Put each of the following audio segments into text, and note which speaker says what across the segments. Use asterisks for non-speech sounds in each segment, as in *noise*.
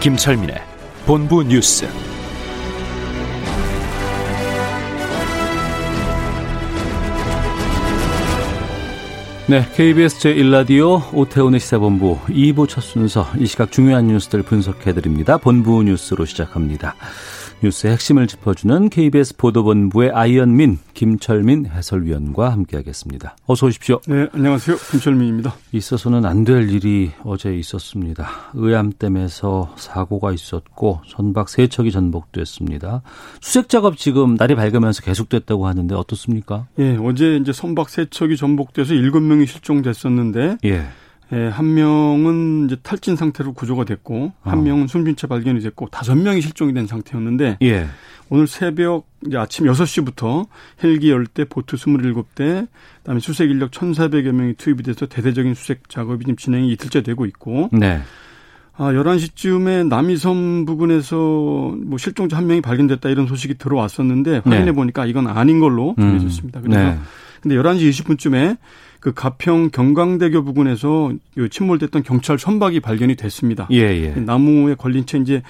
Speaker 1: 김철민의 본부 뉴스. 네, KBS 제1라디오 오태훈의 시사본부 2부 첫 순서 이 시각 중요한 뉴스들 분석해드립니다. 본부 뉴스로 시작합니다. 뉴스의 핵심을 짚어주는 KBS 보도본부의 아이언민, 김철민 해설위원과 함께하겠습니다. 어서 오십시오.
Speaker 2: 네, 안녕하세요. 김철민입니다.
Speaker 1: 있어서는 안 될 일이 어제 있었습니다. 의암댐에서 사고가 있었고 선박 세척이 전복됐습니다. 수색 작업 지금 날이 밝으면서 계속됐다고 하는데 어떻습니까?
Speaker 2: 예, 어제 이제 선박 세척이 전복돼서 일곱 명이 실종됐었는데,
Speaker 1: 예.
Speaker 2: 예, 한 명은 이제 탈진 상태로 구조가 됐고, 한
Speaker 1: 어.
Speaker 2: 명은 숨진 채 발견이 됐고, 다섯 명이 실종이 된 상태였는데,
Speaker 1: 예.
Speaker 2: 오늘 새벽 이제 아침 6시부터 헬기 10대, 보트 27대, 그다음에 수색 인력 1,400여 명이 투입이 돼서 대대적인 수색 작업이 지금 진행이 이틀째 되고 있고,
Speaker 1: 네.
Speaker 2: 아, 11시쯤에 남이섬 부근에서 뭐 실종자 한 명이 발견됐다 이런 소식이 들어왔었는데 확인해 보니까 이건 아닌 걸로
Speaker 1: 네. 음.
Speaker 2: 전해졌습니다. 그래서
Speaker 1: 네.
Speaker 2: 근데 11시 20분쯤에 그 가평 경강대교 부근에서 요 침몰됐던 경찰 선박이 발견이 됐습니다.
Speaker 1: 예, 예.
Speaker 2: 나무에 걸린 채 이제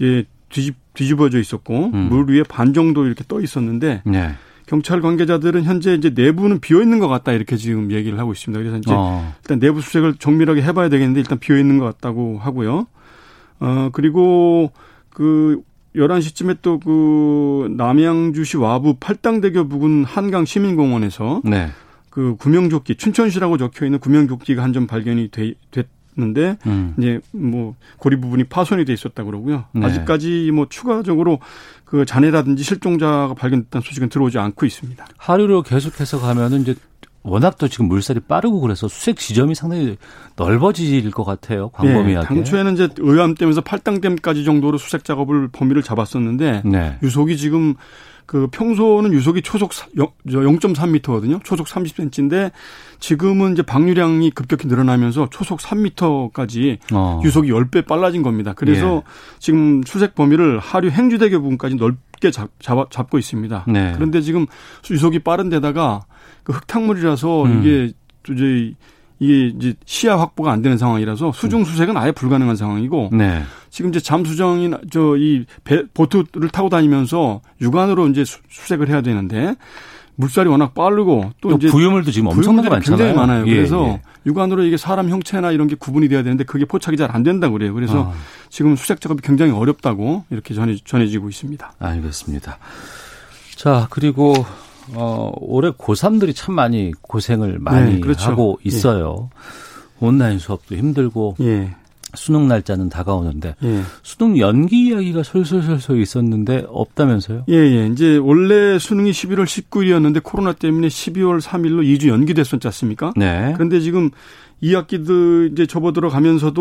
Speaker 2: 예, 뒤집 뒤집어져 있었고
Speaker 1: 음.
Speaker 2: 물 위에 반 정도 이렇게 떠 있었는데
Speaker 1: 네.
Speaker 2: 경찰 관계자들은 현재 이제 내부는 비어 있는 것 같다 이렇게 지금 얘기를 하고 있습니다. 그래서 이제
Speaker 1: 어.
Speaker 2: 일단 내부 수색을 정밀하게 해봐야 되겠는데 일단 비어 있는 것 같다고 하고요. 어 그리고 그 11시쯤에 또 그 남양주시 와부 팔당대교 부근 한강 시민공원에서
Speaker 1: 네.
Speaker 2: 그 구명조끼 춘천시라고 적혀 있는 구명조끼가 한 점 발견이 돼- 됐는데
Speaker 1: 음.
Speaker 2: 이제 뭐 고리 부분이 파손이 돼 있었다 그러고요.
Speaker 1: 네.
Speaker 2: 아직까지 뭐 추가적으로 그 잔해라든지 실종자가 발견됐다는 소식은 들어오지 않고 있습니다.
Speaker 1: 하류로 계속해서 가면은 이제 워낙 또 지금 물살이 빠르고 그래서 수색 지점이 상당히 넓어질 것 같아요. 광범위하게.
Speaker 2: 예, 당초에는 이제 의암댐에서 팔당댐까지 정도로 수색 작업을 범위를 잡았었는데
Speaker 1: 네.
Speaker 2: 유속이 지금 그 평소는 유속이 초속 0.3m거든요. 초속 30cm인데 지금은 이제 방류량이 급격히 늘어나면서 초속 3m까지
Speaker 1: 어. 예.
Speaker 2: 유속이 10배 빨라진 겁니다. 그래서 지금 수색 범위를 하류 행주대교 부분까지 넓게 잡, 잡아- 잡고 있습니다.
Speaker 1: 네.
Speaker 2: 그런데 지금 유속이 빠른 데다가 그 흙탕물이라서
Speaker 1: 음.
Speaker 2: 이게 도저히 이게 이제 시야 확보가 안 되는 상황이라서 수중 수색은 아예 불가능한 상황이고
Speaker 1: 네.
Speaker 2: 지금 이제 잠수정이나 저 이 보트를 타고 다니면서 육안으로 이제 수- 수색을 해야 되는데 물살이 워낙 빠르고 또,
Speaker 1: 또
Speaker 2: 이제
Speaker 1: 부유물도 지금 엄청나게
Speaker 2: 부유물들이
Speaker 1: 많잖아요.
Speaker 2: 굉장히 많아요.
Speaker 1: 예,
Speaker 2: 그래서
Speaker 1: 예.
Speaker 2: 육안으로 이게 사람 형체나 이런 게 구분이 돼야 되는데 그게 포착이 잘 안 된다고 그래요. 그래서
Speaker 1: 아.
Speaker 2: 지금 수색 작업이 굉장히 어렵다고 이렇게 전해, 전해지고 있습니다.
Speaker 1: 알겠습니다. 자, 그리고 어, 올해 고3들이 참 많이 고생을 많이
Speaker 2: 네, 그렇죠.
Speaker 1: 하고 있어요. 온라인 수업도 힘들고
Speaker 2: 예.
Speaker 1: 수능 날짜는 다가오는데
Speaker 2: 예.
Speaker 1: 수능 연기 이야기가 솔솔솔솔 있었는데 없다면서요?
Speaker 2: 예, 예. 이제 원래 수능이 11월 19일이었는데 코로나 때문에 12월 3일로 2주 연기됐었지 않습니까?
Speaker 1: 네.
Speaker 2: 그런데 지금 2학기도 이제 접어들어 가면서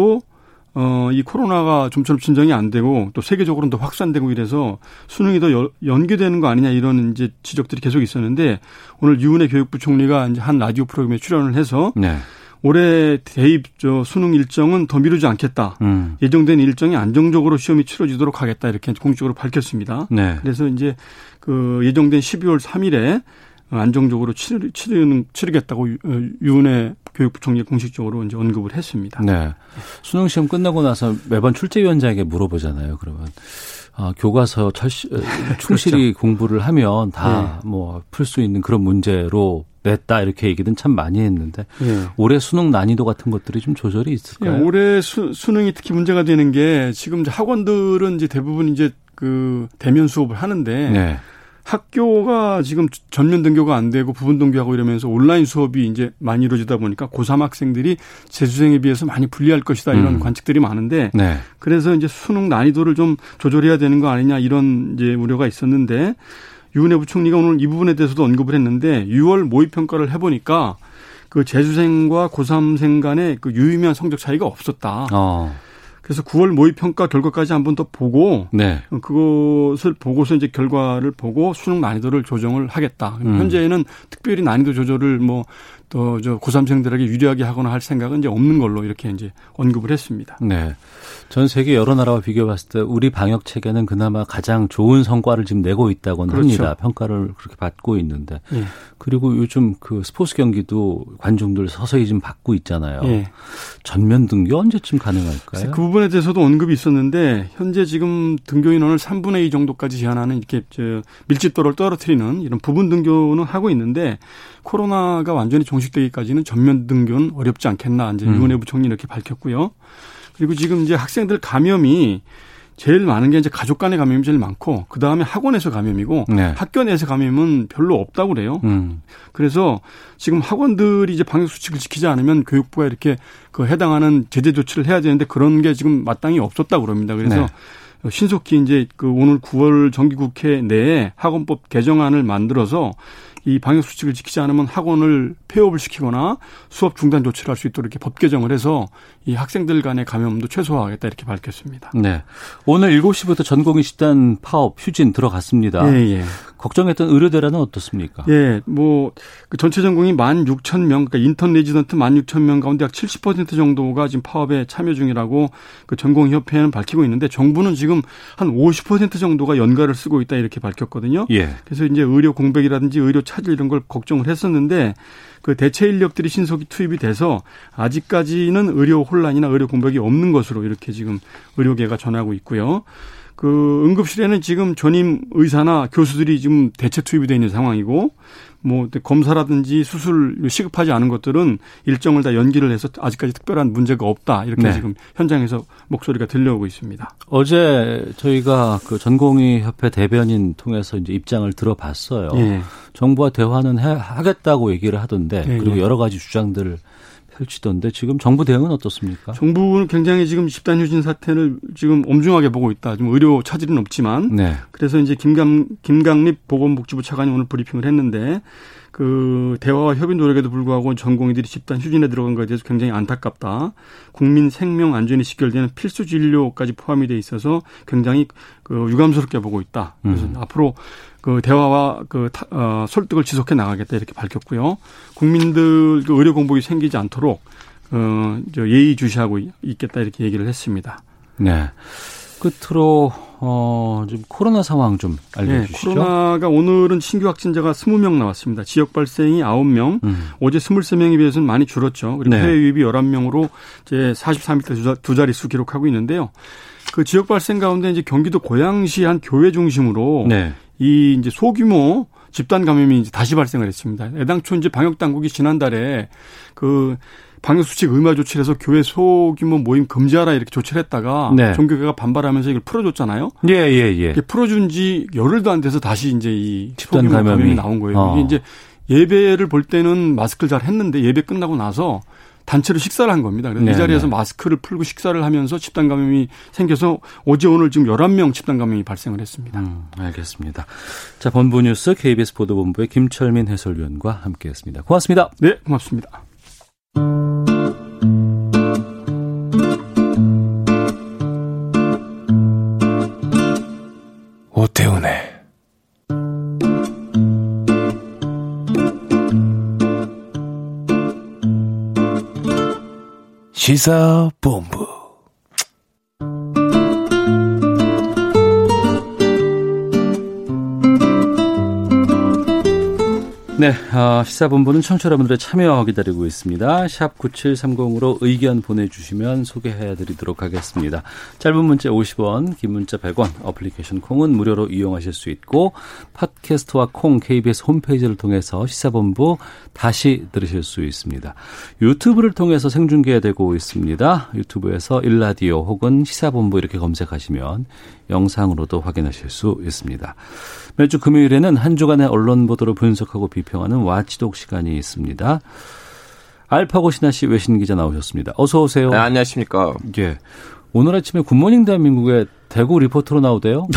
Speaker 2: 어, 이 코로나가 좀처럼 진정이 안 되고 또 세계적으로는 더 확산되고 이래서 수능이 더 여- 연기되는 거 아니냐 이런 이제 지적들이 계속 있었는데 오늘 유은혜 교육부 총리가 이제 한 라디오 프로그램에 출연을 해서
Speaker 1: 네.
Speaker 2: 올해 대입 저 수능 일정은 더 미루지 않겠다.
Speaker 1: 음.
Speaker 2: 예정된 일정이 안정적으로 시험이 치러지도록 하겠다 이렇게 공식적으로 밝혔습니다.
Speaker 1: 네.
Speaker 2: 그래서 이제 그 예정된 12월 3일에 안정적으로 치르, 치르는, 치르겠다고 유- 어, 유은혜 교육부 총리 공식적으로 이제 언급을 했습니다.
Speaker 1: 네. 수능 시험 끝나고 나서 매번 출제위원장에게 물어보잖아요. 그러면 아, 교과서 철시, 어,
Speaker 2: *laughs*
Speaker 1: 충실히
Speaker 2: 그렇죠.
Speaker 1: 공부를 하면 다
Speaker 2: 네.
Speaker 1: 뭐 풀 수 있는 그런 문제로 냈다 이렇게 얘기는 참 많이 했는데
Speaker 2: 예.
Speaker 1: 올해 수능 난이도 같은 것들이 좀 조절이
Speaker 2: 예,
Speaker 1: 있을까요?
Speaker 2: 올해 수, 수능이 특히 문제가 되는 게 지금 이제 학원들은 이제 대부분 이제 그 대면 수업을 하는데
Speaker 1: 네.
Speaker 2: 학교가 지금 전면 등교가 안 되고 부분 등교하고 이러면서 온라인 수업이 이제 많이 이루어지다 보니까 고3 학생들이 재수생에 비해서 많이 불리할 것이다 이런
Speaker 1: 음.
Speaker 2: 관측들이 많은데
Speaker 1: 네.
Speaker 2: 그래서 이제 수능 난이도를 좀 조절해야 되는 거 아니냐 이런 이제 우려가 있었는데 유은혜 부총리가 오늘 이 부분에 대해서도 언급을 했는데 6월 모의 평가를 해보니까 그 재수생과 고3생 간의 그 유의미한 성적 차이가 없었다.
Speaker 1: 어.
Speaker 2: 그래서 9월 모의 평가 결과까지 한 번 더 보고
Speaker 1: 네.
Speaker 2: 그것을 보고서 이제 결과를 보고 수능 난이도를 조정을 하겠다.
Speaker 1: 음.
Speaker 2: 현재는 특별히 난이도 조절을 뭐 또 저 고3생들에게 유리하게 하거나 할 생각은 이제 없는 걸로 이렇게 이제 언급을 했습니다.
Speaker 1: 네. 전 세계 여러 나라와 비교해 봤을 때 우리 방역 체계는 그나마 가장 좋은 성과를 지금 내고 있다고는
Speaker 2: 그렇죠.
Speaker 1: 합니다. 평가를 그렇게 받고 있는데.
Speaker 2: 예.
Speaker 1: 그리고 요즘 그 스포츠 경기도 관중들 서서히 좀 받고 있잖아요.
Speaker 2: 예.
Speaker 1: 전면 등교 언제쯤 가능할까요?
Speaker 2: 그 부분에 대해서도 언급이 있었는데 현재 지금 등교 인원을 3분의 2 정도까지 제한하는 이렇게 저 밀집도를 떨어뜨리는 이런 부분 등교는 하고 있는데 코로나가 완전히 종식되기까지는 전면 등교는 어렵지 않겠나 이제
Speaker 1: 음.
Speaker 2: 유은혜 부총리 이렇게 밝혔고요. 그리고 지금 이제 학생들 감염이 제일 많은 게 이제 가족 간의 감염이 제일 많고 그 다음에 학원에서 감염이고
Speaker 1: 네.
Speaker 2: 학교 내에서 감염은 별로 없다고 그래요.
Speaker 1: 음.
Speaker 2: 그래서 지금 학원들이 이제 방역 수칙을 지키지 않으면 교육부가 이렇게 그 해당하는 제재 조치를 해야 되는데 그런 게 지금 마땅히 없었다고 그럽니다. 그래서 신속히 이제 그 오늘 9월 정기국회 내에 학원법 개정안을 만들어서 이 방역 수칙을 지키지 않으면 학원을 폐업을 시키거나 수업 중단 조치를 할 수 있도록 이렇게 법 개정을 해서 이 학생들 간의 감염도 최소화하겠다 이렇게 밝혔습니다.
Speaker 1: 네. 오늘 7시부터 전공의 집단 파업 휴진 들어갔습니다.
Speaker 2: 예, 예.
Speaker 1: 걱정했던 의료대란은 어떻습니까?
Speaker 2: 예, 뭐, 그 전체 전공이 16,000명, 그러니까 인턴 레지던트 16,000명 가운데 약 70% 정도가 지금 파업에 참여 중이라고 그 전공협회는 밝히고 있는데 정부는 지금 한 50% 정도가 연가를 쓰고 있다 이렇게 밝혔거든요.
Speaker 1: 예.
Speaker 2: 그래서 이제 의료 공백이라든지 의료 차질 이런 걸 걱정을 했었는데 그 대체 인력들이 신속히 투입이 돼서 아직까지는 의료 혼란이나 의료 공백이 없는 것으로 이렇게 지금 의료계가 전하고 있고요. 그 응급실에는 지금 전임 의사나 교수들이 지금 대체 투입이 돼 있는 상황이고 뭐 검사라든지 수술 시급하지 않은 것들은 일정을 다 연기를 해서 아직까지 특별한 문제가 없다 이렇게
Speaker 1: 네.
Speaker 2: 지금 현장에서 목소리가 들려오고 있습니다.
Speaker 1: 어제 저희가 그 전공의 협회 대변인 통해서 이제 입장을 들어봤어요.
Speaker 2: 예.
Speaker 1: 정부와 대화는 해- 하겠다고 얘기를 하던데
Speaker 2: 예,
Speaker 1: 그리고
Speaker 2: 예.
Speaker 1: 여러 가지 주장들을 펼치던데 지금 정부 대응은 어떻습니까?
Speaker 2: 정부는 굉장히 지금 집단 휴진 사태를 지금 엄중하게 보고 있다. 지금 의료 차질은 없지만
Speaker 1: 네.
Speaker 2: 그래서 이제 김감 김강립 보건복지부 차관이 오늘 브리핑을 했는데 그 대화와 협의 노력에도 불구하고 전공의들이 집단 휴진에 들어간 것에 대해서 굉장히 안타깝다. 국민 생명 안전이 직결되는 필수 진료까지 포함이 돼 있어서 굉장히 그 유감스럽게 보고 있다. 그래서
Speaker 1: 음.
Speaker 2: 앞으로 그 대화와 그 타- 어, 설득을 지속해 나가겠다 이렇게 밝혔고요. 국민들 그 의료 공복이 생기지 않도록 어, 저 예의 주시하고 있겠다 이렇게 얘기를 했습니다.
Speaker 1: 네. 끝으로 어, 지금 코로나 상황 좀 알려
Speaker 2: 네,
Speaker 1: 주시죠.
Speaker 2: 코로나가 오늘은 신규 확진자가 20명 나왔습니다. 지역 발생이 9명,
Speaker 1: 음.
Speaker 2: 어제 23명에 비해서는 많이 줄었죠. 그리고
Speaker 1: 네.
Speaker 2: 해외 유입이 11명으로 이제 43일째 두, 자- 두 자릿수 기록하고 있는데요. 그 지역 발생 가운데 이제 경기도 고양시 한 교회 중심으로
Speaker 1: 네.
Speaker 2: 이 이제 소규모 집단 감염이 이제 다시 발생을 했습니다. 애당초 이제 방역 당국이 지난달에 그 방역 수칙 의무 조치를 해서 교회 소규모 모임 금지하라 이렇게 조치를 했다가
Speaker 1: 네.
Speaker 2: 종교계가 반발하면서 이걸 풀어줬잖아요.
Speaker 1: 예, 예, 예.
Speaker 2: 이게 풀어준 지 열흘도 안 돼서 다시 이제 이
Speaker 1: 집단
Speaker 2: 소규모 감염이,
Speaker 1: 감염이
Speaker 2: 나온 거예요.
Speaker 1: 어.
Speaker 2: 이게 이제 예배를 볼 때는 마스크를 잘 했는데 예배 끝나고 나서 단체로 식사를 한 겁니다. 그래서
Speaker 1: 네,
Speaker 2: 이 자리에서
Speaker 1: 네.
Speaker 2: 마스크를 풀고 식사를 하면서 집단 감염이 생겨서 어제 오늘 지금 11명 집단 감염이 발생을 했습니다.
Speaker 1: 음, 알겠습니다. 자, 본부 뉴스 KBS 보도본부의 김철민 해설위원과 함께 했습니다. 고맙습니다.
Speaker 2: 네, 고맙습니다.
Speaker 3: 오태훈의
Speaker 4: 시사본부
Speaker 1: 네, 아, 시사본부는 청취자 여러분들의 참여 기다리고 있습니다. 샵 9730으로 의견 보내주시면 소개해드리도록 하겠습니다. 짧은 문자 50원, 긴 문자 100원, 어플리케이션 콩은 무료로 이용하실 수 있고 팟캐스트와 콩 KBS 홈페이지를 통해서 시사본부 다시 들으실 수 있습니다. 유튜브를 통해서 생중계되고 있습니다. 유튜브에서 일라디오 혹은 시사본부 이렇게 검색하시면 영상으로도 확인하실 수 있습니다. 매주 금요일에는 한 주간의 언론 보도를 분석하고 비평하는 와치독 시간이 있습니다. 알파고 신하 씨 외신 기자 나오셨습니다. 어서 오세요.
Speaker 5: 네, 안녕하십니까.
Speaker 1: 예.
Speaker 5: *laughs*
Speaker 1: 오늘 아침에 굿모닝 대한민국에 대구 리포터로 나오대요.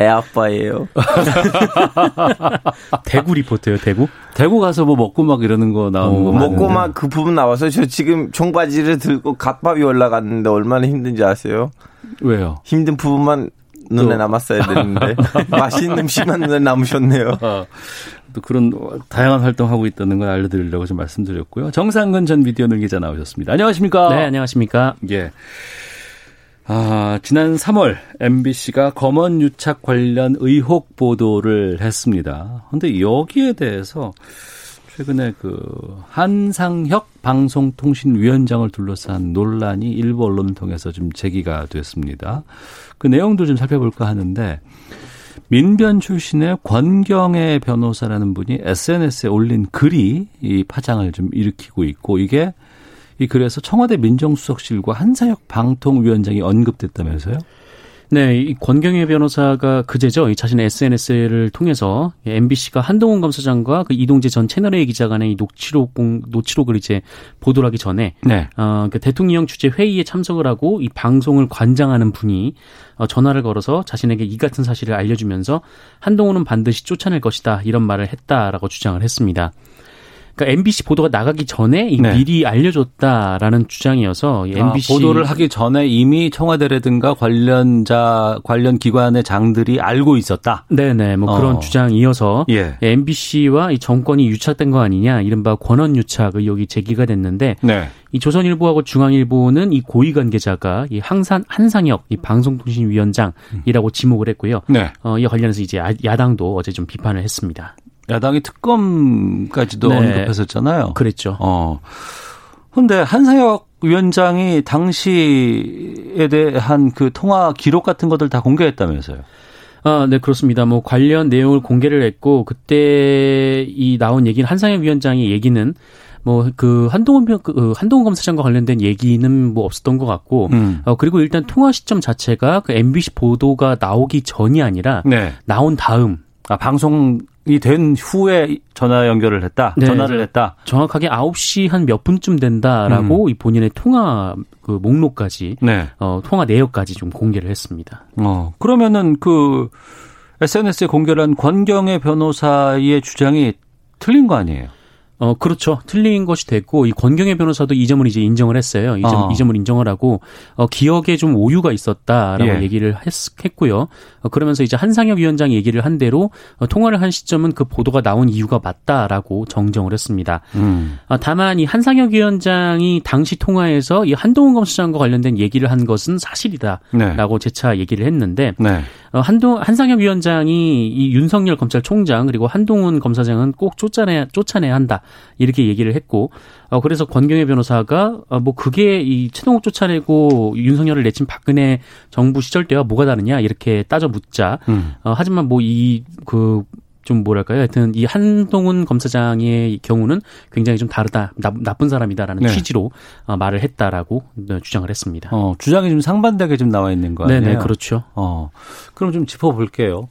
Speaker 5: 애 아빠예요.
Speaker 1: 아.
Speaker 6: 대구 리포터요, 대구?
Speaker 1: 대구 가서 뭐 먹고 막 이러는 거 나오는 거
Speaker 5: 먹고
Speaker 1: 많은데.
Speaker 5: 막 그 부분 나와서 저 지금 청바지를 들고 갓밥이 올라갔는데 얼마나 힘든지 아세요?
Speaker 1: 왜요?
Speaker 5: 힘든 부분만 눈에 남았어야
Speaker 1: *laughs*
Speaker 5: 되는데 맛있는 음식만 눈에 남으셨네요.
Speaker 1: 또 그런 다양한 활동하고 있다는 걸 알려드리려고 좀 말씀드렸고요. 정상근 전 미디어 능기자 나오셨습니다. 안녕하십니까?
Speaker 6: 네, 안녕하십니까.
Speaker 1: 예. 아, 지난 3월 MBC가 검언 유착 관련 의혹 보도를 했습니다. 근데 여기에 대해서 최근에 그 한상혁 방송통신위원장을 둘러싼 논란이 일부 언론을 통해서 좀 제기가 됐습니다. 그 내용도 좀 살펴볼까 하는데 민변 출신의 권경애 변호사라는 분이 SNS에 올린 글이 이 파장을 좀 일으키고 있고 이게 이 글에서 청와대 민정수석실과 한사혁 방통위원장이 언급됐다면서요?
Speaker 6: 네, 이 권경혜 변호사가 그제죠. 이 자신의 SNS를 통해서 MBC가 한동훈 감사장과 그 이동재 전 채널A 기자 간의 이 녹취록 공, 녹취록을 이제 보도를 하기 전에
Speaker 1: 네.
Speaker 6: 어, 그 대통령 주재 회의에 참석을 하고 이 방송을 관장하는 분이 어, 전화를 걸어서 자신에게 이 같은 사실을 알려주면서 한동훈은 반드시 쫓아낼 것이다 이런 말을 했다라고 주장을 했습니다. 그러니까 MBC 보도가 나가기 전에 이
Speaker 1: 네.
Speaker 6: 미리 알려줬다라는 주장이어서 이 MBC
Speaker 1: 아, 보도를 하기 전에 이미 청와대라든가 관련자 관련 기관의 장들이 알고 있었다.
Speaker 6: 네네 뭐 그런
Speaker 1: 어.
Speaker 6: 주장이어서
Speaker 1: 예.
Speaker 6: MBC와 이 정권이 유착된 거 아니냐 이른바 권원 유착 의혹이 제기가 됐는데
Speaker 1: 네.
Speaker 6: 이 조선일보하고 중앙일보는 이 고위 관계자가 이 항산 한상혁 이 방송통신위원장이라고 지목을 했고요.
Speaker 1: 네.
Speaker 6: 어, 이와 관련해서 이제 야- 야당도 어제 좀 비판을 했습니다.
Speaker 1: 야당이 특검까지도
Speaker 6: 네.
Speaker 1: 언급했었잖아요.
Speaker 6: 그랬죠.
Speaker 1: 어. 근데 한사혁 위원장이 당시에 대한 그 통화 기록 같은 것들 다 공개했다면서요.
Speaker 6: 아, 네, 그렇습니다. 뭐 관련 내용을 공개를 했고 그때 이 나온 얘기는 한상혁 위원장의 얘기는 뭐 그 한동훈 변- 그 한동훈 검사장과 관련된 얘기는 뭐 없었던 것 같고
Speaker 1: 음.
Speaker 6: 어, 그리고 일단 통화 시점 자체가 그 MBC 보도가 나오기 전이 아니라
Speaker 1: 네.
Speaker 6: 나온 다음
Speaker 1: 아, 방송이 된 후에 전화 연결을 했다.
Speaker 6: 네.
Speaker 1: 전화를 했다.
Speaker 6: 정확하게 9시 한 몇 분쯤 된다라고 이 본인의 통화 그 목록까지
Speaker 1: 네.
Speaker 6: 어, 통화 내역까지 좀 공개를 했습니다.
Speaker 1: 어, 그러면은 그 SNS에 공개한 권경애 변호사의 주장이 틀린 거 아니에요?
Speaker 6: 어, 그렇죠. 틀린 것이 됐고, 이 권경혜 변호사도 이 점을 이제 인정을 했어요. 이, 점,
Speaker 1: 어.
Speaker 6: 이 점을 인정을 하고, 어, 기억에 좀 오유가 있었다라고
Speaker 1: 예.
Speaker 6: 얘기를 했, 했고요. 어, 그러면서 이제 한상혁 위원장 얘기를 한 대로, 어, 통화를 한 시점은 그 보도가 나온 이유가 맞다라고 정정을 했습니다.
Speaker 1: 음.
Speaker 6: 아, 다만 이 한상혁 위원장이 당시 통화에서 이 한동훈 검수장과 관련된 얘기를 한 것은 사실이다라고
Speaker 1: 네.
Speaker 6: 재차 얘기를 했는데
Speaker 1: 네.
Speaker 6: 어, 한동 한상혁 위원장이 이 윤석열 검찰총장 그리고 한동훈 검사장은 꼭 쫓아내 쫓아내야 한다 이렇게 얘기를 했고 어, 그래서 권경혜 변호사가 어, 뭐 그게 이 최동욱 쫓아내고 윤석열을 내친 박근혜 정부 시절 때와 뭐가 다르냐 이렇게 따져 묻자
Speaker 1: 음.
Speaker 6: 어, 하지만 뭐 이 그 좀 뭐랄까요? 하여튼 이 한동훈 검사장의 경우는 굉장히 좀 다르다, 나, 나쁜 사람이다라는
Speaker 1: 네.
Speaker 6: 취지로 어, 말을 했다라고 네, 주장을 했습니다.
Speaker 1: 어, 주장이 좀 상반되게 좀 나와 있는 거 아니에요?
Speaker 6: 네네 그렇죠.
Speaker 1: 어. 그럼 좀 짚어 볼게요.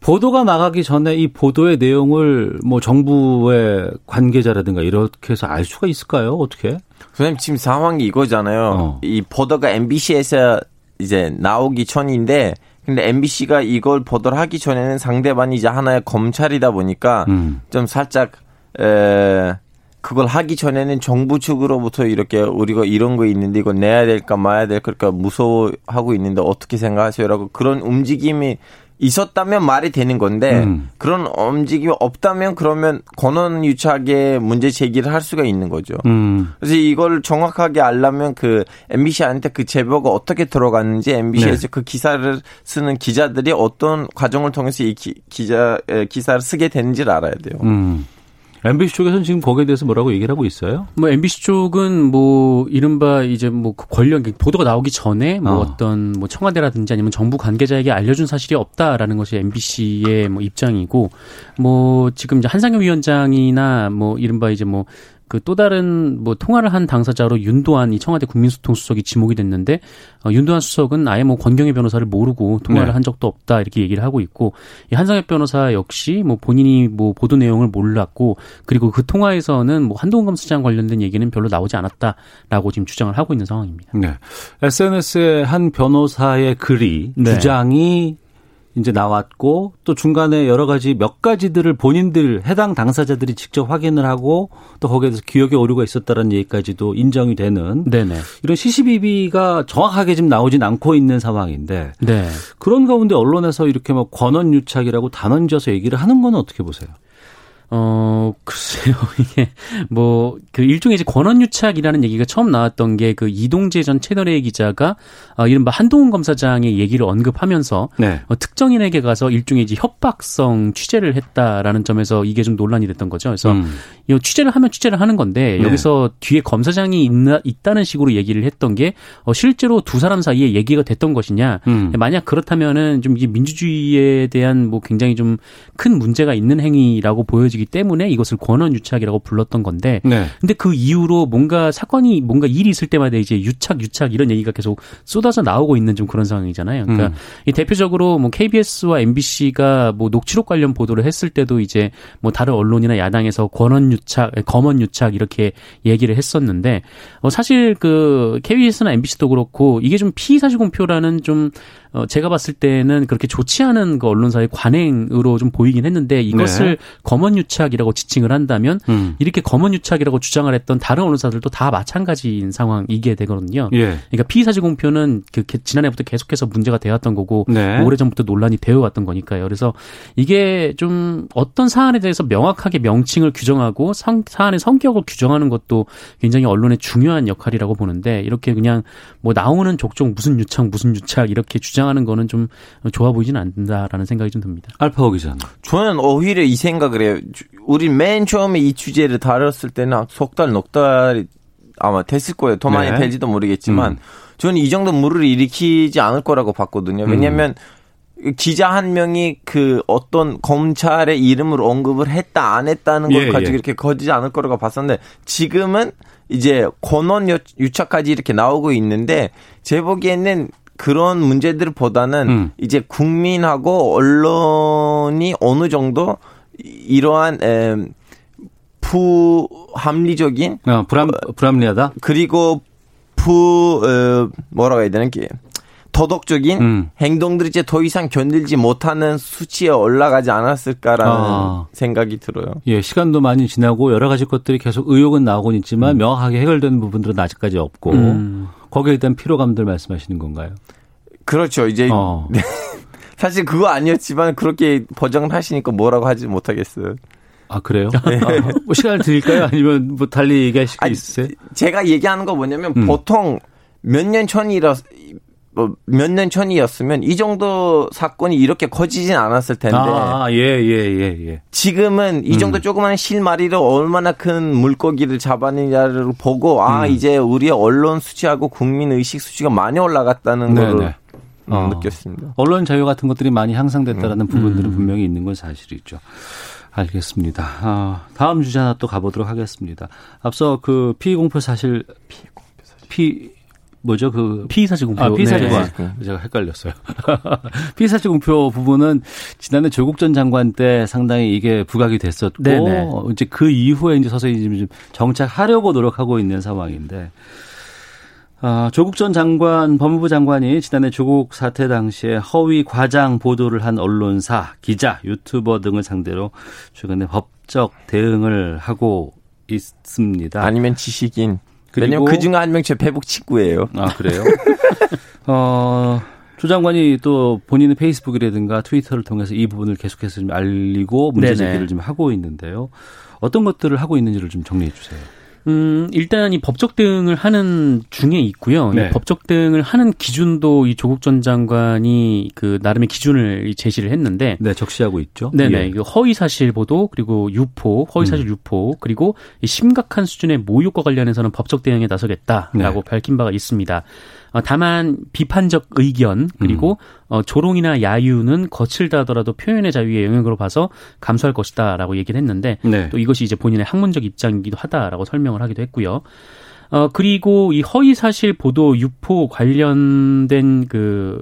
Speaker 1: 보도가 나가기 전에 이 보도의 내용을 뭐 정부의 관계자라든가 이렇게 해서 알 수가 있을까요? 어떻게?
Speaker 5: 선생님 지금 상황이 이거잖아요.
Speaker 1: 어.
Speaker 5: 이 보도가 MBC에서 이제 나오기 전인데 근데 MBC가 이걸 보도를 하기 전에는 상대방이 이제 하나의 검찰이다 보니까
Speaker 1: 음.
Speaker 5: 좀 살짝 에 그걸 하기 전에는 정부 측으로부터 이렇게 우리가 이런 거 있는데 이거 내야 될까 마야 될까 그러니까 무서워하고 있는데 어떻게 생각하세요라고 그런 움직임이 있었다면 말이 되는 건데
Speaker 1: 음.
Speaker 5: 그런 움직임이 없다면 그러면 권한 유착의 문제 제기를 할 수가 있는 거죠.
Speaker 1: 음.
Speaker 5: 그래서 이걸 정확하게 알려면 그 MBC한테 그 제보가 어떻게 들어갔는지 MBC에서
Speaker 1: 네.
Speaker 5: 그 기사를 쓰는 기자들이 어떤 과정을 통해서 이 기, 기자 에, 기사를 쓰게 되는지를 알아야 돼요.
Speaker 1: 음. MBC 쪽에서는 지금 거기에 대해서 뭐라고 얘기를 하고 있어요?
Speaker 6: 뭐 MBC 쪽은 뭐 이른바 이제 뭐 그 관련 보도가 나오기 전에 뭐
Speaker 1: 어.
Speaker 6: 어. 떤뭐 청와대라든지 아니면 정부 관계자에게 알려준 사실이 없다라는 것이 MBC의 뭐 입장이고 뭐 지금 이제 한상혁 위원장이나 뭐 이른바 이제 뭐 그 또 다른 뭐 통화를 한 당사자로 윤도한 이 청와대 국민소통 수석이 지목이 됐는데 어, 윤도한 수석은 아예 뭐 권경혜 변호사를 모르고 통화를
Speaker 1: 네.
Speaker 6: 한 적도 없다 이렇게 얘기를 하고 있고 이 한상혁 변호사 역시 뭐 본인이 뭐 보도 내용을 몰랐고 그리고 그 통화에서는 뭐 한동훈 검수장 관련된 얘기는 별로 나오지 않았다라고 지금 주장을 하고 있는 상황입니다.
Speaker 1: 네. SNS에 한 변호사의 글이
Speaker 6: 네.
Speaker 1: 주장이 이제 나왔고 또 중간에 여러 가지 몇 가지들을 본인들 해당 당사자들이 직접 확인을 하고 또 거기에 대해서 기억의 오류가 있었다는 얘기까지도 인정이 되는
Speaker 6: 네네.
Speaker 1: 이런 시시비비가 정확하게 지금 나오진 않고 있는 상황인데
Speaker 6: 네.
Speaker 1: 그런 가운데 언론에서 이렇게 막 권원 유착이라고 단언 지어서 얘기를 하는 건 어떻게 보세요?
Speaker 6: 어, 글쎄요. *laughs* 이게 뭐 그 일종의 이제 권원 유착이라는 얘기가 처음 나왔던 게 그 이동재 전 채널A 기자가 어, 이른바 한동훈 검사장의 얘기를 언급하면서
Speaker 1: 네.
Speaker 6: 어, 특정인에게 가서 일종의 이제 협박성 취재를 했다라는 점에서 이게 좀 논란이 됐던 거죠. 그래서 이 취재를 하면 취재를 하는 건데
Speaker 1: 음. 네.
Speaker 6: 여기서 뒤에 검사장이 있나, 있다는 식으로 얘기를 했던 게 어, 실제로 두 사람 사이에 얘기가 됐던 것이냐.
Speaker 1: 음.
Speaker 6: 만약 그렇다면은 좀 이게 민주주의에 대한 뭐 굉장히 좀 큰 문제가 있는 행위라고 보여지기 때문에 이것을 권원 유착이라고 불렀던 건데
Speaker 1: 네.
Speaker 6: 근데 그 이후로 뭔가 사건이 뭔가 일이 있을 때마다 이제 유착 유착 이런 얘기가 계속 쏟아져 나오고 있는 좀 그런 상황이잖아요. 그러니까
Speaker 1: 음.
Speaker 6: 이 대표적으로 뭐 KBS와 MBC가 뭐 녹취록 관련 보도를 했을 때도 이제 뭐 다른 언론이나 야당에서 권원 유착, 검언 유착 이렇게 얘기를 했었는데 어 사실 그 KBS나 MBC도 그렇고 이게 좀 피의 사실 공표라는 좀 어, 제가 봤을 때는 그렇게 좋지 않은 그 언론사의 관행으로 좀 보이긴 했는데 이것을 검언 유착이라고 지칭을 한다면
Speaker 1: 음.
Speaker 6: 이렇게 검언 유착이라고 주장을 했던 다른 언론사들도 다 마찬가지인 상황이게 되거든요.
Speaker 1: 예.
Speaker 6: 그러니까 피의사실 공표는 그 개- 지난해부터 계속해서 문제가 되었던 거고
Speaker 1: 네.
Speaker 6: 오래전부터 논란이 되어왔던 거니까요. 그래서 이게 좀 어떤 사안에 대해서 명확하게 명칭을 규정하고 성- 사안의 성격을 규정하는 것도 굉장히 언론의 중요한 역할이라고 보는데 이렇게 그냥 뭐 나오는 족족 무슨 유착 무슨 유착 이렇게 주장하는 거는 좀 좋아 보이진 않는다라는 생각이 좀 듭니다.
Speaker 1: 알파오 기자는.
Speaker 5: 저는 오히려 이 생각을 해요. 주- 우리 맨 처음에 이 주제를 다뤘을 때는 속달 녹달이 아마 됐을 거예요. 더 많이
Speaker 1: 네.
Speaker 5: 될지도 모르겠지만
Speaker 1: 음.
Speaker 5: 저는 이 정도 물을 일으키지 않을 거라고 봤거든요. 왜냐하면
Speaker 1: 음.
Speaker 5: 기자 한 명이 그 어떤 검찰의 이름을 언급을 했다 안 했다는 걸
Speaker 1: 예,
Speaker 5: 가지고
Speaker 1: 예.
Speaker 5: 이렇게 거지지 않을 거라고 봤었는데 지금은 이제 권원 유- 유착까지 이렇게 나오고 있는데 제 보기에는 그런 문제들보다는
Speaker 1: 음.
Speaker 5: 이제 국민하고 언론이 어느 정도 이- 이러한 에, 부합리적인
Speaker 1: 아, 불합, 불합리하다?
Speaker 5: 그리고 부 어, 뭐라고 해야 되는 게 도덕적인
Speaker 1: 음.
Speaker 5: 행동들이 이제 더 이상 견딜지 못하는 수치에 올라가지 않았을까라는
Speaker 1: 아.
Speaker 5: 생각이 들어요.
Speaker 1: 예, 시간도 많이 지나고 여러 가지 것들이 계속 의혹은 나오곤 있지만 명확하게 해결되는 부분들은 아직까지 없고 음. 거기에 대한 피로감들 말씀하시는 건가요?
Speaker 5: 그렇죠. 이제
Speaker 1: 어.
Speaker 5: 사실 그거 아니었지만 그렇게 버정을 하시니까 뭐라고 하지 못하겠어요.
Speaker 1: 아, *laughs* 그래요? 아, 뭐 시간을 드릴까요? 아니면 뭐 달리 얘기하실 게
Speaker 5: 아니,
Speaker 1: 있으세요?
Speaker 5: 제가 얘기하는 거 뭐냐면
Speaker 1: 음.
Speaker 5: 보통 몇 년 전이라 뭐 몇 년 전이었으면 이 정도 사건이 이렇게 커지진 않았을 텐데
Speaker 1: 아, 예, 예, 예, 예.
Speaker 5: 지금은 이
Speaker 1: 음.
Speaker 5: 정도 조그만 실마리로 얼마나 큰 물고기를 잡았느냐를 보고 아
Speaker 1: 음.
Speaker 5: 이제 우리의 언론 수치하고 국민 의식 수치가 많이 올라갔다는
Speaker 1: 네,
Speaker 5: 걸
Speaker 1: 네. 어.
Speaker 5: 느꼈습니다.
Speaker 1: 언론 자유 같은 것들이 많이 향상됐다라는 부분들은 분명히 있는 건 사실이죠. 알겠습니다. 아, 다음 주제 하나 또 가보도록 하겠습니다. 앞서 그 피의공표 사실 피 뭐죠 그
Speaker 6: 피의사실 공표.
Speaker 1: 아, 피의사실관.
Speaker 6: 네.
Speaker 1: 제가 헷갈렸어요. *laughs* 피의사실 공표 부분은 지난해 조국 전 장관 때 상당히 이게 부각이 됐었고,
Speaker 6: 네네.
Speaker 1: 이제 그 이후에 이제 서서히 지금 좀 정착하려고 노력하고 있는 상황인데, 아, 조국 전 장관, 법무부 장관이 지난해 조국 사태 당시에 허위 과장 보도를 한 언론사, 기자, 유튜버 등을 상대로 최근에 법적 대응을 하고 있습니다.
Speaker 5: 아니면 지식인
Speaker 1: 그리고-
Speaker 5: 왜냐면 그 중에 한 명 제 페북 친구예요.
Speaker 1: 아 그래요? *laughs* 어, 조 장관이 또 본인의 페이스북이라든가 트위터를 통해서 이 부분을 계속해서 좀 알리고 문제
Speaker 6: 네네.
Speaker 1: 제기를 좀 하고 있는데요. 어떤 것들을 하고 있는지를 좀 정리해 주세요.
Speaker 6: 음, 일단 이 법적 대응을 하는 중에 있고요.
Speaker 1: 네.
Speaker 6: 이 법적 대응을 하는 기준도 이 조국 전 장관이 그 나름의 기준을 이 제시를 했는데
Speaker 1: 네, 적시하고 있죠.
Speaker 6: 네네.
Speaker 1: 예. 음.
Speaker 6: 그 허위 사실 보도 그리고 유포, 허위 사실 유포 그리고 이 심각한 수준의 모욕과 관련해서는 법적 대응에 나서겠다라고
Speaker 1: 네.
Speaker 6: 밝힌 바가 있습니다. 어, 다만 비판적 의견 그리고
Speaker 1: 음.
Speaker 6: 어, 조롱이나 야유는 거칠다 하더라도 표현의 자유의 영역으로 봐서 감수할 것이다라고 얘기를 했는데
Speaker 1: 네.
Speaker 6: 또 이것이 이제 본인의 학문적 입장이기도 하다라고 설명을 하기도 했고요. 어, 그리고 이 허위 사실 보도 유포 관련된 그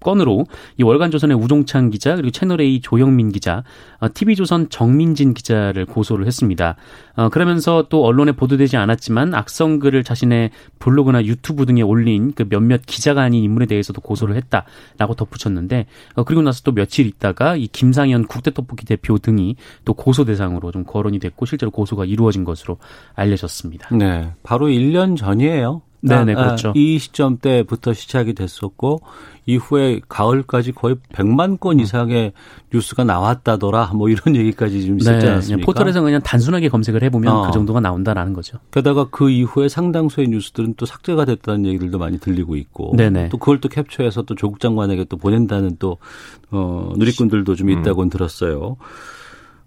Speaker 6: 건으로 이 월간조선의 우종찬 기자 그리고 채널A 조영민 기자, 어, TV조선 정민진 기자를 고소를 했습니다. 어, 그러면서 또 언론에 보도되지 않았지만 악성글을 자신의 블로그나 유튜브 등에 올린 그 몇몇 기자가 아닌 인물에 대해서도 고소를 했다라고 덧붙였는데 어, 그리고 나서 또 며칠 있다가 이 김상현 국대떡볶이 대표 등이 또 고소 대상으로 좀 거론이 됐고 실제로 고소가 이루어진 것으로 알려졌습니다.
Speaker 1: 네. 바로 1년 전이에요.
Speaker 6: 네네,
Speaker 1: 아, 아,
Speaker 6: 그렇죠.
Speaker 1: 이 시점 때부터 시작이 됐었고, 이후에 가을까지 거의 100만
Speaker 6: 음.
Speaker 1: 건 이상의 뉴스가 나왔다더라, 뭐 이런 *laughs* 얘기까지 지금 있었지
Speaker 6: 네, 그냥
Speaker 1: 않습니까?
Speaker 6: 포털에서 그냥 단순하게 검색을 해보면
Speaker 1: 어.
Speaker 6: 그 정도가 나온다라는 거죠.
Speaker 1: 게다가 그 이후에 상당수의 뉴스들은 또 삭제가 됐다는 얘기들도 많이 들리고 있고
Speaker 6: 네네.
Speaker 1: 또 그걸 또 캡처해서 또 조국 장관에게 또 보낸다는 또 어, 누리꾼들도 좀 있다고는 들었어요.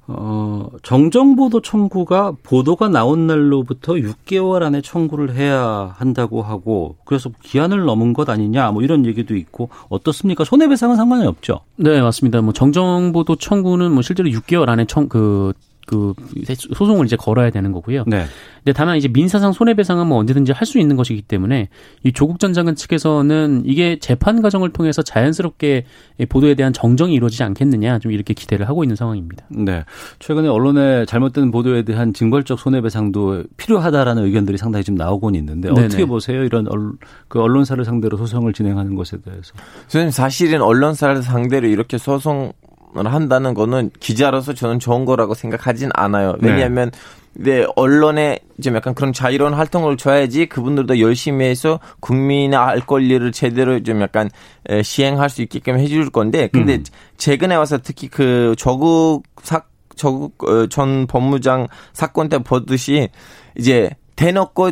Speaker 1: 어, 정정보도 청구가 보도가 나온 날로부터 6개월 안에 청구를 해야 한다고 하고 그래서 기한을 넘은 것 아니냐 뭐 이런 얘기도 있고 어떻습니까? 손해배상은 상관이 없죠.
Speaker 6: 네, 맞습니다. 뭐 정정보도 청구는 뭐 실제로 6개월 안에 청 그 그
Speaker 1: 음.
Speaker 6: 소송을 이제 걸어야 되는 거고요.
Speaker 1: 네.
Speaker 6: 근데 다만 이제 민사상 손해배상은 뭐 언제든지 할 수 있는 것이기 때문에 이 조국 전 장관 측에서는 이게 재판 과정을 통해서 자연스럽게 이 보도에 대한 정정이 이루어지지 않겠느냐 좀 이렇게 기대를 하고 있는 상황입니다.
Speaker 1: 네. 최근에 언론의 잘못된 보도에 대한 징벌적 손해배상도 필요하다라는 의견들이 상당히 지금 나오곤 있는데
Speaker 6: 네네.
Speaker 1: 어떻게 보세요? 이런 언- 그 언론사를 상대로 소송을 진행하는 것에 대해서.
Speaker 5: 선생님 사실은 언론사를 상대로 이렇게 소송을 한다는 거는 기자로서 저는 좋은 거라고 생각하진 않아요.
Speaker 1: 네.
Speaker 5: 왜냐하면 내 언론에 좀 약간 그런 자유로운 활동을 줘야지 그분들도 열심히 해서 국민의 알 권리를 제대로 좀 약간 에, 시행할 수 있게끔 해줄 건데 근데 최근에 와서 특히 그 조국 사 조국 어, 전 법무장 사건 때 보듯이 이제 대놓고